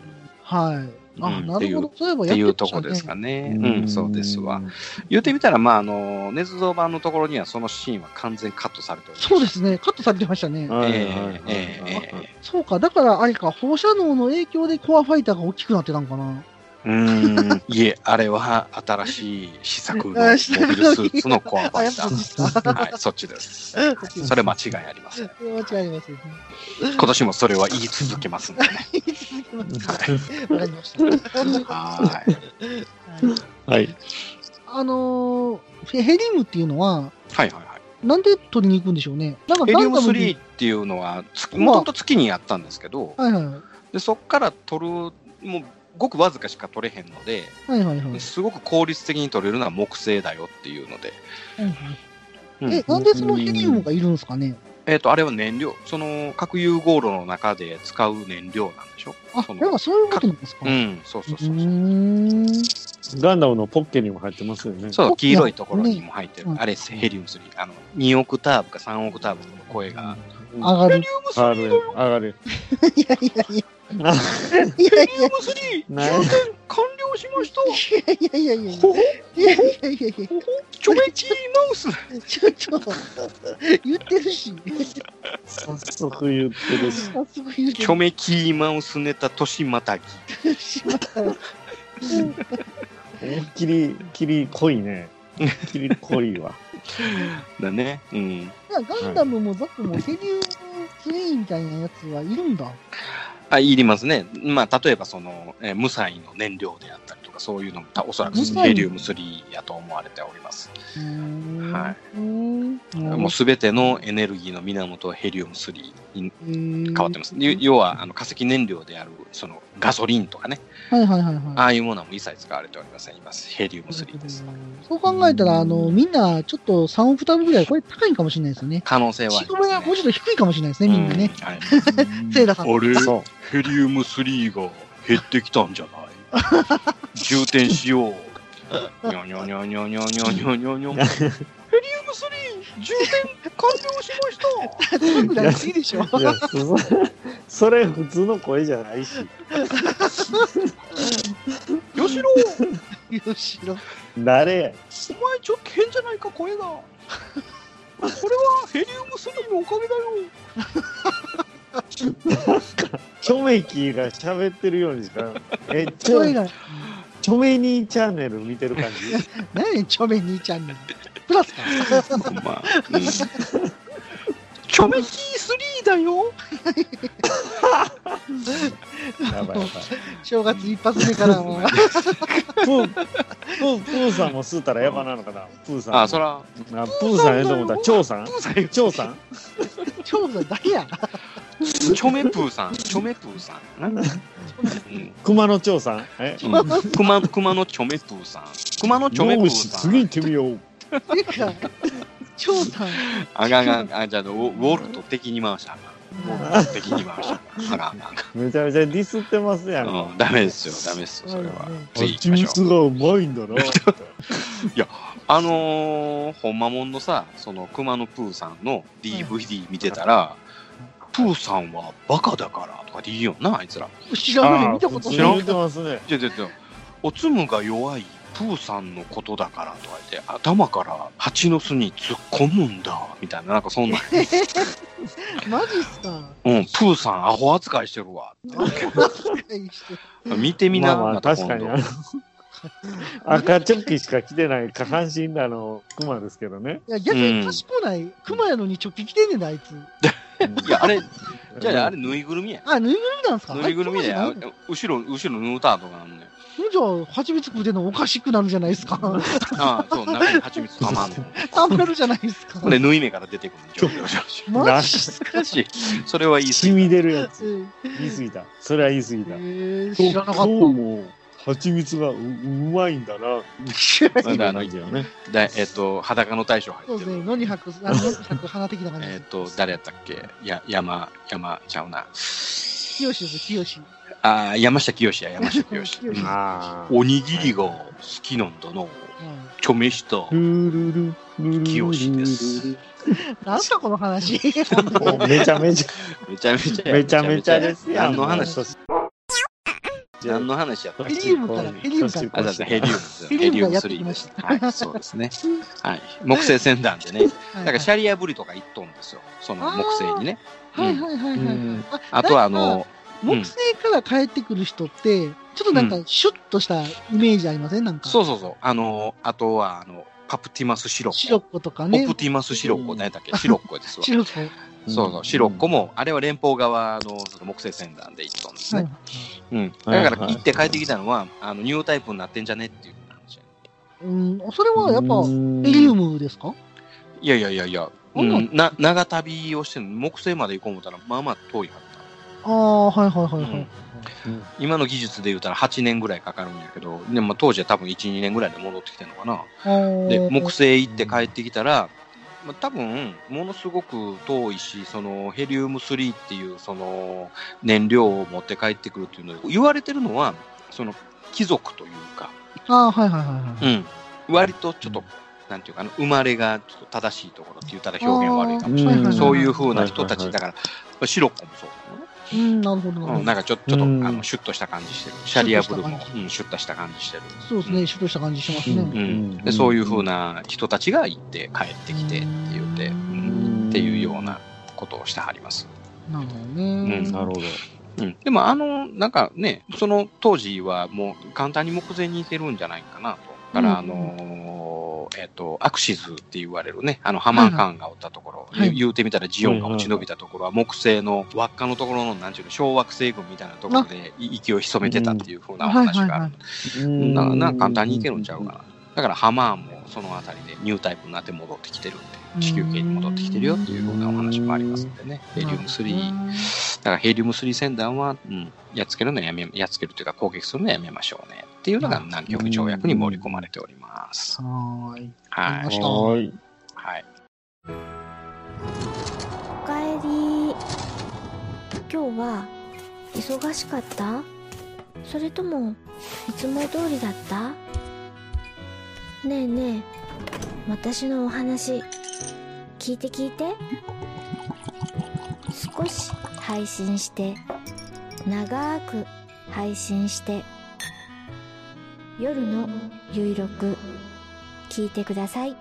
[SPEAKER 2] はい。あ、
[SPEAKER 3] うん
[SPEAKER 2] なるほ
[SPEAKER 3] っ
[SPEAKER 2] ど。そういえば
[SPEAKER 3] っ
[SPEAKER 2] や
[SPEAKER 3] て
[SPEAKER 2] って
[SPEAKER 3] いう
[SPEAKER 2] ま
[SPEAKER 3] と
[SPEAKER 2] した
[SPEAKER 3] こ
[SPEAKER 2] ね
[SPEAKER 3] ですかね。うん、そうですわ。。言ってみたら、まあ、あの、捏造版のところにはそのシーンは完全カットされております。
[SPEAKER 2] そうですね。カットされてましたね。
[SPEAKER 1] はいはいはい
[SPEAKER 3] ええええええ
[SPEAKER 2] そうか。だから、あれか、放射能の影響でコアファイターが大きくなってたんかな。
[SPEAKER 3] うーん。 いえ、あれは新しい試作のモビルスーツのコアファイタ
[SPEAKER 2] あやっぱそうです
[SPEAKER 3] ー。はい、そっちです。はいそれ間違いありません。
[SPEAKER 2] 間違いありますよね。
[SPEAKER 3] 今年もそれは言い続けますんでね。
[SPEAKER 2] 続きますわかりました。
[SPEAKER 3] はい。
[SPEAKER 2] はい
[SPEAKER 1] はい。
[SPEAKER 2] あのー、ヘリウムっていうのは、
[SPEAKER 3] はいはいはい。
[SPEAKER 2] なんで取りに行くんでしょうね。なんか
[SPEAKER 3] ヘ
[SPEAKER 2] ガ
[SPEAKER 3] リ
[SPEAKER 2] ン
[SPEAKER 3] ウム
[SPEAKER 2] ダムに
[SPEAKER 3] 3っていうのは月、
[SPEAKER 2] まあ
[SPEAKER 3] もともと月にやったんですけど、
[SPEAKER 2] はいはい。は
[SPEAKER 3] でそこから取る、もうごくわずかしか取れへんので、
[SPEAKER 2] いはいはい。
[SPEAKER 3] すごく効率的に取れるのは木星だよっていうので、うん
[SPEAKER 2] え、なんでそのヘリウムがいるんですかね。
[SPEAKER 3] えっ、と、あれは燃料、その核融合炉の中で使う燃料なんでしょ
[SPEAKER 2] あ、
[SPEAKER 3] その
[SPEAKER 2] なんかそういうことなんですか。
[SPEAKER 3] う、
[SPEAKER 2] うん
[SPEAKER 3] そうそうそう。
[SPEAKER 2] ーん。
[SPEAKER 1] ガンダムのポッケにも入ってますよね。
[SPEAKER 3] そう、黄色いところにも入ってる
[SPEAKER 2] う。ん
[SPEAKER 3] あれ、ヘリウム3。あの、2オクターブか3オクターブの声が。
[SPEAKER 2] 上がる。
[SPEAKER 1] 上がる、上がる。
[SPEAKER 2] いやいやいや。
[SPEAKER 1] あ
[SPEAKER 2] いやい
[SPEAKER 3] ヘリウム 3!
[SPEAKER 1] ない
[SPEAKER 3] 充電完了しました
[SPEAKER 2] やいやいやいやいや。
[SPEAKER 3] ほほ
[SPEAKER 2] いやいやいやい
[SPEAKER 3] ちょめちマウス
[SPEAKER 2] や。ちょちょ。言ってるし。
[SPEAKER 1] 早速言ってる し。
[SPEAKER 2] 早速言うて
[SPEAKER 3] チョメキーマウスネタ年またぎ。
[SPEAKER 2] るしまった。
[SPEAKER 1] 思いっきり、きり濃い ね。思いっきり濃い わ。
[SPEAKER 3] だね。うん。
[SPEAKER 2] ガンダムもザクもヘリウム3みたいなやつはいるんだ。
[SPEAKER 3] あいりますね、まあ、例えばその、えー無彩の燃料であったりとか、そういうのもたおそらく
[SPEAKER 2] 無彩
[SPEAKER 3] ヘリウム3やと思われております。は
[SPEAKER 2] うーん
[SPEAKER 3] もうすべてのエネルギーの源はヘリウム3に
[SPEAKER 2] 変
[SPEAKER 3] 変わってます。ゆ要はあの化石燃料であるそのガソリンとかね、
[SPEAKER 2] はいはいはいはい。
[SPEAKER 3] ああいうものはもう一切使われておりません、今、ヘリウム3です。
[SPEAKER 2] そう考えたら、あの、みんな、ちょっと3オクターブぐらい、これ高いかもしれないですよね。
[SPEAKER 3] 可能性はあ
[SPEAKER 2] 仕
[SPEAKER 3] りま
[SPEAKER 2] 込めがもうちょっと低いかもしれないですね、みんなね。
[SPEAKER 3] うんはい
[SPEAKER 2] セイラさん。
[SPEAKER 3] あれ
[SPEAKER 1] そ
[SPEAKER 3] ヘリウム3が減ってきたんじゃない充填しよう。にょにょにょにょにょにょにょにょにょ。ヘリウム3充填完了しました
[SPEAKER 2] 高くなりすぎでしょ。
[SPEAKER 1] う。いや、そ それ普通の声じゃないし、
[SPEAKER 3] よしろお
[SPEAKER 2] よしろ。
[SPEAKER 1] 慣れや。
[SPEAKER 3] 前ちょっと変じゃないか声が。これはヘリウム3のおかげだよ。
[SPEAKER 1] チョメキーが喋ってるようにしか、え、チ
[SPEAKER 2] ちょい
[SPEAKER 1] ョ
[SPEAKER 2] が、
[SPEAKER 1] チョメニーチャンネル見てる感じ。
[SPEAKER 2] 何やねん、ちょめ兄ちゃんの。プラスか。
[SPEAKER 3] まあ、うん、チョメキー3だよ。
[SPEAKER 1] やばいやばい。
[SPEAKER 2] 正月一発目からは。
[SPEAKER 1] プー、プー、プーさんも吸ったらやばなのかな、プーさんも。
[SPEAKER 3] あ、そら、
[SPEAKER 1] あプーさんやと思ったら、チョウさん
[SPEAKER 3] プーさんよ
[SPEAKER 1] チョウさん
[SPEAKER 2] 超さんだけや。
[SPEAKER 3] チョメプーさ ん、チョメプーさん。なんだうん
[SPEAKER 1] 熊野チョウさんえ
[SPEAKER 3] うん熊熊のチョメプーさん。熊のチョメプ
[SPEAKER 1] よ
[SPEAKER 3] ー
[SPEAKER 1] し
[SPEAKER 3] さ
[SPEAKER 1] 次行
[SPEAKER 3] ん
[SPEAKER 1] っ。てみよう。
[SPEAKER 2] てか、超さん。
[SPEAKER 3] あががあじゃあウォウォルト的に回したらあかん。ウォルト的に回したら あかん。あがあか
[SPEAKER 1] めちゃめちゃディスってますやん。
[SPEAKER 3] ん
[SPEAKER 1] あ
[SPEAKER 3] うん。ダメですよ、ダメですよ、 それは。次行き
[SPEAKER 1] ち
[SPEAKER 3] ま
[SPEAKER 1] み
[SPEAKER 3] しょ
[SPEAKER 1] つ
[SPEAKER 3] う。
[SPEAKER 1] がうまいんだな。
[SPEAKER 3] あのー、ほんまもんのさ、その熊のプーさんの DVD 見てたら、プーさんはバカだからとかって言うよ な、あいつら。
[SPEAKER 2] 知らない、見たこと
[SPEAKER 1] あー普通に
[SPEAKER 2] な
[SPEAKER 1] 言
[SPEAKER 2] い
[SPEAKER 1] っ。てますね。
[SPEAKER 3] じゃじゃじゃおつむが弱いプーさんのことだからとか言って頭から蜂の巣に突っ込むんだみたいななんか そんな
[SPEAKER 2] マジっすか。
[SPEAKER 3] うんプーさんアホ扱いしてるわ
[SPEAKER 2] 愛して
[SPEAKER 3] 見てみな
[SPEAKER 1] まあまあ確かにあの
[SPEAKER 3] 今度
[SPEAKER 1] 赤チョッキしか着てない下半身だのクマですけどね。
[SPEAKER 2] いや、逆に賢ない。熊やのにチョッキ着てんねんだ、あいつ。
[SPEAKER 3] いやあれじゃああれぬいぐるみや
[SPEAKER 2] あ、ぬいぐるみなんすか
[SPEAKER 3] ぬいぐるみで
[SPEAKER 2] あ
[SPEAKER 3] あ
[SPEAKER 2] いつ熊じゃないの
[SPEAKER 3] 後ろ後ろぬうたとかあんねん
[SPEAKER 2] じゃあ、蜂蜜食うてんのおかしくなるじゃないですか。
[SPEAKER 3] ああそう中に蜂蜜たまんねん
[SPEAKER 2] たまるじゃないですか。
[SPEAKER 3] ほんで縫い目から出てくるんでしょ
[SPEAKER 2] マジっすか。
[SPEAKER 3] しかしそれは言い過
[SPEAKER 1] 染
[SPEAKER 3] ぎ
[SPEAKER 1] み出るやつ。
[SPEAKER 2] え
[SPEAKER 1] 言い過ぎた。それは言い過ぎた。
[SPEAKER 2] ー、
[SPEAKER 1] 今
[SPEAKER 2] 知
[SPEAKER 1] 日
[SPEAKER 2] らなかっ
[SPEAKER 1] 今日も蜂蜜がううまいんだな。
[SPEAKER 2] た。
[SPEAKER 3] まだあの
[SPEAKER 1] いいよね。
[SPEAKER 3] だえっと裸の大将
[SPEAKER 2] そう
[SPEAKER 3] 入っ
[SPEAKER 2] で
[SPEAKER 3] て
[SPEAKER 2] す
[SPEAKER 3] る
[SPEAKER 2] ね、野に吐く、あの野に吐く花的な感じ
[SPEAKER 3] え
[SPEAKER 2] で
[SPEAKER 3] っと誰やったっけや山山ちゃうな
[SPEAKER 2] す。清です、清。
[SPEAKER 3] あー山下清や山下清
[SPEAKER 2] 清
[SPEAKER 3] うん
[SPEAKER 1] ああ。
[SPEAKER 3] おにぎりが好きなんだな
[SPEAKER 2] うん
[SPEAKER 3] チョメした
[SPEAKER 1] ルルルルル
[SPEAKER 3] 清です
[SPEAKER 2] なんだこの 話。
[SPEAKER 1] おめちゃめちゃ、
[SPEAKER 3] めちゃめちゃや
[SPEAKER 1] めちゃめちゃですやん。
[SPEAKER 3] 何の話何
[SPEAKER 1] の
[SPEAKER 3] の話やったっ
[SPEAKER 2] ヘ
[SPEAKER 3] け
[SPEAKER 2] リウムからヘリウムから
[SPEAKER 3] あだってヘリウムです
[SPEAKER 2] ヘ
[SPEAKER 3] ヘ
[SPEAKER 2] リ
[SPEAKER 3] リ
[SPEAKER 2] ウ
[SPEAKER 3] ウ
[SPEAKER 2] ムが
[SPEAKER 3] ム
[SPEAKER 2] やってき
[SPEAKER 3] 3
[SPEAKER 2] ま
[SPEAKER 3] で
[SPEAKER 2] し
[SPEAKER 3] すはいそうですねはい木星船団でね
[SPEAKER 2] だ
[SPEAKER 3] だからシャリアブリとか行っとんですよその木星にね
[SPEAKER 2] はいはいはいはいはい
[SPEAKER 1] うん
[SPEAKER 2] あ
[SPEAKER 3] あとはあ
[SPEAKER 2] なん
[SPEAKER 3] の
[SPEAKER 2] か木星から帰ってくる人って、ちょっとなんか、シュッとしたイメージありませんなんか。
[SPEAKER 3] そうそうそうあのあとはあのパプティマスシロ
[SPEAKER 2] シロッ
[SPEAKER 3] コ
[SPEAKER 2] コとかね
[SPEAKER 3] ポプ。ティマスシロコ何やったっけシロッコですわ
[SPEAKER 2] シロッ
[SPEAKER 3] そうそう、シロッコも、あれは連邦側のその木星船団で行ったんです
[SPEAKER 2] コ。はい
[SPEAKER 3] ね。うん。
[SPEAKER 1] はい
[SPEAKER 3] だから行って帰ってきたのは、あの、ニュータイプになってんじゃねっていう話。
[SPEAKER 2] うん、それはやっぱ、
[SPEAKER 1] ヘ
[SPEAKER 2] ヘリウムですか
[SPEAKER 3] いやいやいやいや、
[SPEAKER 2] う
[SPEAKER 3] うんん、な長旅をしてる木星まで行こう思ったら、まあまあ遠いはった。
[SPEAKER 2] ああ、はいはいはいは
[SPEAKER 3] う
[SPEAKER 2] い
[SPEAKER 3] ん。今の技術で言うたら8年ぐらいかかるんやけど、でもまあ当時は多分1、2年ぐらいで戻ってきてるのかな。
[SPEAKER 2] あー
[SPEAKER 3] で、木星行って帰ってきたら、まあ、多分、ものすごく遠いし、そのヘリウム3っていうその燃料を持って帰ってくるっていうので、言われてるのは、その貴族というか、
[SPEAKER 2] ああ、はいはいはいは
[SPEAKER 3] う
[SPEAKER 2] い。
[SPEAKER 3] ん、割とちょっと、なんていうかな、生まれがちょっと正しいところって言ったら表現悪いかもしれ
[SPEAKER 1] あー
[SPEAKER 3] な
[SPEAKER 1] うん
[SPEAKER 3] い。そういう風な人た
[SPEAKER 1] は
[SPEAKER 3] ち、
[SPEAKER 1] いは
[SPEAKER 3] だから、シロッコもそうだもんね。
[SPEAKER 2] うん、なるほどなるほど。
[SPEAKER 3] うん、なんかちょちょっと、
[SPEAKER 1] うん
[SPEAKER 3] あのシュッとした感じしてる。シャリアブルも
[SPEAKER 2] シュッとした感、じ
[SPEAKER 3] うん、シュッとした感じしてる。
[SPEAKER 2] そうですね、シュッとした感じします
[SPEAKER 1] う
[SPEAKER 2] ね
[SPEAKER 1] ん。
[SPEAKER 3] うん、でそういう風な人たちが行って帰ってきてって言って、うん、っていうようなことをしてはります。
[SPEAKER 2] なるほどね。
[SPEAKER 3] うん
[SPEAKER 1] なるほど。
[SPEAKER 3] うん、でもあのなんかねその当時はもう簡単に目前にいてるんじゃないかなとから、
[SPEAKER 2] うん
[SPEAKER 3] あのーえっ、と、アクシズって言われるね、あの、ハマーカーンがおったところ、
[SPEAKER 2] はい
[SPEAKER 3] 言うてみたらジオンが落ち延びたところは、木星の輪っかのところの、なんちゅうの、小惑星群みたいなところでい息を潜めてたっていうふうなお話がある。
[SPEAKER 2] はいはいは
[SPEAKER 1] うん
[SPEAKER 3] なな簡単にいけるんちゃうかな。だからハマーンもそのあたりでニュータイプになって戻ってきてるんで、地球系に戻ってきてるよっていうようなお話もありますんでね。ヘリウム3、だからヘリウム3戦団は、うん、やっつけるのやめ、やっつけるというか攻撃するのやめましょうねっていうのが南極条約に盛り込まれております。
[SPEAKER 2] はーい。わかり
[SPEAKER 3] は
[SPEAKER 2] ま
[SPEAKER 3] い。
[SPEAKER 2] し
[SPEAKER 1] はーい。
[SPEAKER 3] はい。
[SPEAKER 8] おかえり今日は忙しかったそれともいつも通りだったねえねえ私のお話聞いて聞いて少し配信して長く配信して夜のゆいろく聞いてください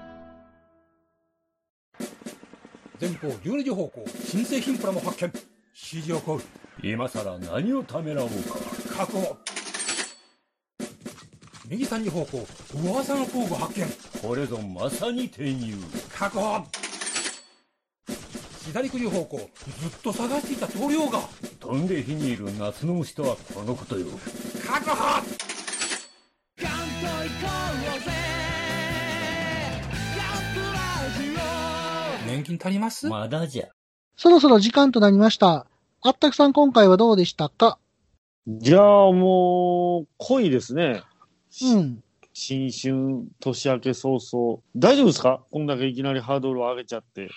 [SPEAKER 7] 前方12時方向、新製品プラも発見。指示を行う。
[SPEAKER 9] 今さら何をためらおうか
[SPEAKER 7] 確保。右3時方向、噂の工具発見。
[SPEAKER 9] これぞまさに転入
[SPEAKER 7] 確保。左9時方向、ずっと探していた棟梁が。
[SPEAKER 9] 飛んで火にいる夏の虫とはこのことよ
[SPEAKER 7] 確保年金足ります
[SPEAKER 9] まだじゃ
[SPEAKER 2] そろそろ時間となりました。あったくさん今回はどうでしたか
[SPEAKER 1] じゃあもう、濃いですね。
[SPEAKER 2] うん。
[SPEAKER 1] 新春、年明け早々。大丈夫ですかこんだけいきなりハードルを上げちゃって。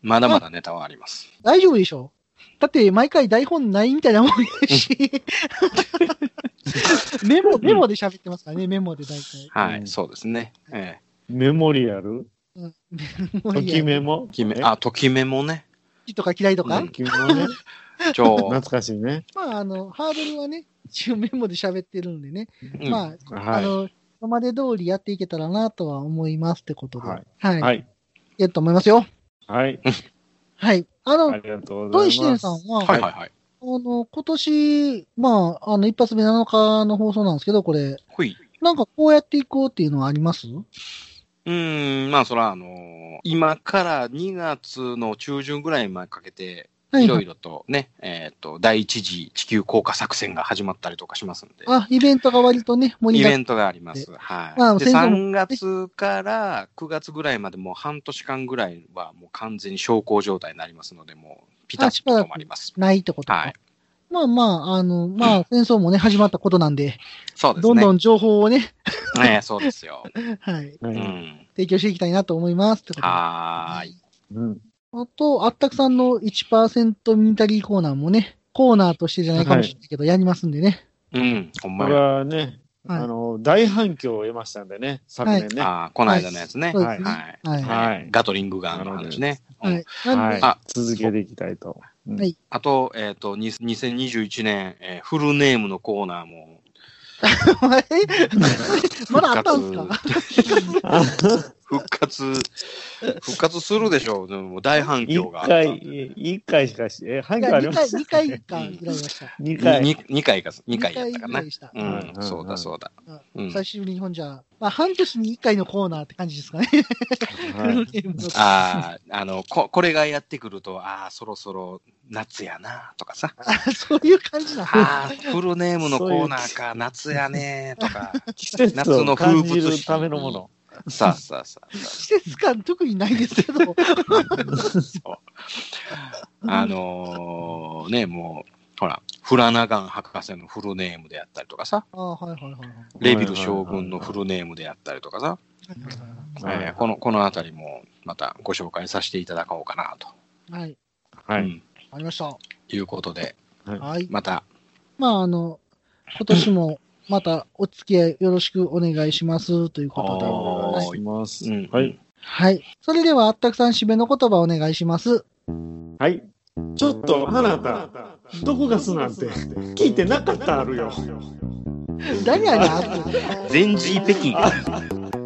[SPEAKER 3] まだまだネタはあります。
[SPEAKER 2] 大丈夫でしょだって毎回台本ないみたいなもんやし。メモ、メモで喋ってますからね、メモで大体。
[SPEAKER 3] は
[SPEAKER 1] うん
[SPEAKER 3] い。そうですね。え
[SPEAKER 1] メモリアル
[SPEAKER 2] うん。
[SPEAKER 1] ときメモ
[SPEAKER 3] え。きめ、あ、ときめもね。
[SPEAKER 2] 好きとか嫌いとか、
[SPEAKER 3] う
[SPEAKER 1] ときメモ ね。
[SPEAKER 3] ちょ
[SPEAKER 1] 懐かしいね。
[SPEAKER 2] まあ、あの、ハードルはね、一応メモで喋ってるんでね。
[SPEAKER 3] うん
[SPEAKER 2] まあ、あ
[SPEAKER 1] は
[SPEAKER 2] の、今まで通りやっていけたらなとは思いますってことで。
[SPEAKER 1] は
[SPEAKER 2] はいい。
[SPEAKER 1] い。
[SPEAKER 2] は。
[SPEAKER 1] はいい。
[SPEAKER 2] やると思いますよ。
[SPEAKER 1] はい。
[SPEAKER 2] はい。あの、
[SPEAKER 1] ありがとうございま
[SPEAKER 2] トイ
[SPEAKER 1] す。
[SPEAKER 2] シテンさんは、
[SPEAKER 3] はいはいはい。
[SPEAKER 2] あの、今年、まあ、あの、一発目7日の放送なんですけど、これ、
[SPEAKER 3] ほい。
[SPEAKER 2] なんかこうやっていこうっていうのはあります
[SPEAKER 3] うーん、まあ、そら、あのー今から2月の中旬ぐらいまでかけて、
[SPEAKER 2] はい
[SPEAKER 3] いろいろとね、えっ、と、第一次地球降下作戦が始まったりとかしますんで、
[SPEAKER 2] あ、イベントが割とね、盛
[SPEAKER 3] イ
[SPEAKER 2] り
[SPEAKER 3] ベ
[SPEAKER 2] 上が
[SPEAKER 3] ントがあります。はい。
[SPEAKER 2] まあ
[SPEAKER 3] で、
[SPEAKER 2] 戦争も
[SPEAKER 3] 3月から9月ぐらいまでもう半年間ぐらいはもう完全に小康状態になりますので、もうピタッと止まります。
[SPEAKER 2] ないってことか。
[SPEAKER 3] はい。
[SPEAKER 2] まあまあ、あの、まあ、戦争もね、始まったことなんで、
[SPEAKER 3] そうですね。
[SPEAKER 2] どんどん情報をね、
[SPEAKER 3] ねそうですよ。
[SPEAKER 2] はい、
[SPEAKER 1] はい。
[SPEAKER 3] うん。
[SPEAKER 2] 提供していきたいなと思いますってことで。
[SPEAKER 3] はーい。
[SPEAKER 1] うん。
[SPEAKER 2] あと、あったくさんの1%ミニタリーコーナーもね、コーナーとしてじゃないかもしれないけど、やりますんでね。
[SPEAKER 3] うん、
[SPEAKER 1] こ
[SPEAKER 3] ほんま
[SPEAKER 1] れ
[SPEAKER 3] や。
[SPEAKER 1] はね、
[SPEAKER 2] はい
[SPEAKER 1] あの、大反響を得ましたんでね、昨年ね。
[SPEAKER 3] ああ、この間のやつね。
[SPEAKER 2] そう
[SPEAKER 3] は
[SPEAKER 2] ですね。
[SPEAKER 3] い。
[SPEAKER 2] はい。は
[SPEAKER 1] はい。
[SPEAKER 3] ガトリングガンの話ね。
[SPEAKER 2] い。なんで、
[SPEAKER 1] はい。続けていきたい と。うん
[SPEAKER 2] はい
[SPEAKER 3] あと、えっ、と、に2021年、えーフルネームのコーナーも。
[SPEAKER 2] まだあったんすか
[SPEAKER 3] 復活、復活するでしょう。でも大反響
[SPEAKER 1] 一
[SPEAKER 3] があった。
[SPEAKER 1] 回、一回しかし、え、反
[SPEAKER 2] い
[SPEAKER 1] 響
[SPEAKER 2] や
[SPEAKER 1] あり
[SPEAKER 2] 二
[SPEAKER 1] ま
[SPEAKER 2] 回、
[SPEAKER 1] す
[SPEAKER 2] 二回かぐらいでした。
[SPEAKER 1] 二
[SPEAKER 3] 2
[SPEAKER 1] 回。
[SPEAKER 3] 回。二回か、2
[SPEAKER 2] 二
[SPEAKER 3] 回やったか
[SPEAKER 2] ぐ
[SPEAKER 3] な
[SPEAKER 2] らい。でした。
[SPEAKER 3] うん、
[SPEAKER 1] うん
[SPEAKER 3] そうだそうだ。うん、
[SPEAKER 2] 最終日本じゃ、まあ、半年に一回のコーナーって感じですかね。
[SPEAKER 1] は い
[SPEAKER 3] ああ、あのこ、これがやってくると、ああ、そろそろ夏やな、とかさ。
[SPEAKER 2] そういう感じなの。
[SPEAKER 3] ああ、フルネームのコーナーか、夏やね、とか。
[SPEAKER 1] 季節を感じるためのもの。
[SPEAKER 3] さあさあさあ。
[SPEAKER 2] 季節感特にないですけど。
[SPEAKER 3] あのーね、もう、ほら、フラナガン博士のフルネームであったりとかさ、
[SPEAKER 2] ああ、はいはいはいはい。
[SPEAKER 3] レビル将軍のフルネームであったりとかさ、
[SPEAKER 1] はい
[SPEAKER 3] えーこの、このあたりもまたご紹介させていただこうかなと、
[SPEAKER 2] はい。
[SPEAKER 1] は
[SPEAKER 3] う
[SPEAKER 1] い。
[SPEAKER 3] ん
[SPEAKER 2] ありました。
[SPEAKER 3] いうことで、
[SPEAKER 2] はい。
[SPEAKER 3] また、
[SPEAKER 2] まあ、あの、今年もまたお付き合いよろしくお願いしますということで。は
[SPEAKER 3] は
[SPEAKER 2] いい
[SPEAKER 1] お願いします。
[SPEAKER 3] うん
[SPEAKER 1] はい。
[SPEAKER 2] はい。それでは、あったくさん締めの言葉お願いします。
[SPEAKER 1] はい。ちょっと、あなた、毒ガスなんて聞いてなかったあるよ。
[SPEAKER 2] 何やねん、あった
[SPEAKER 3] 全 G 北京で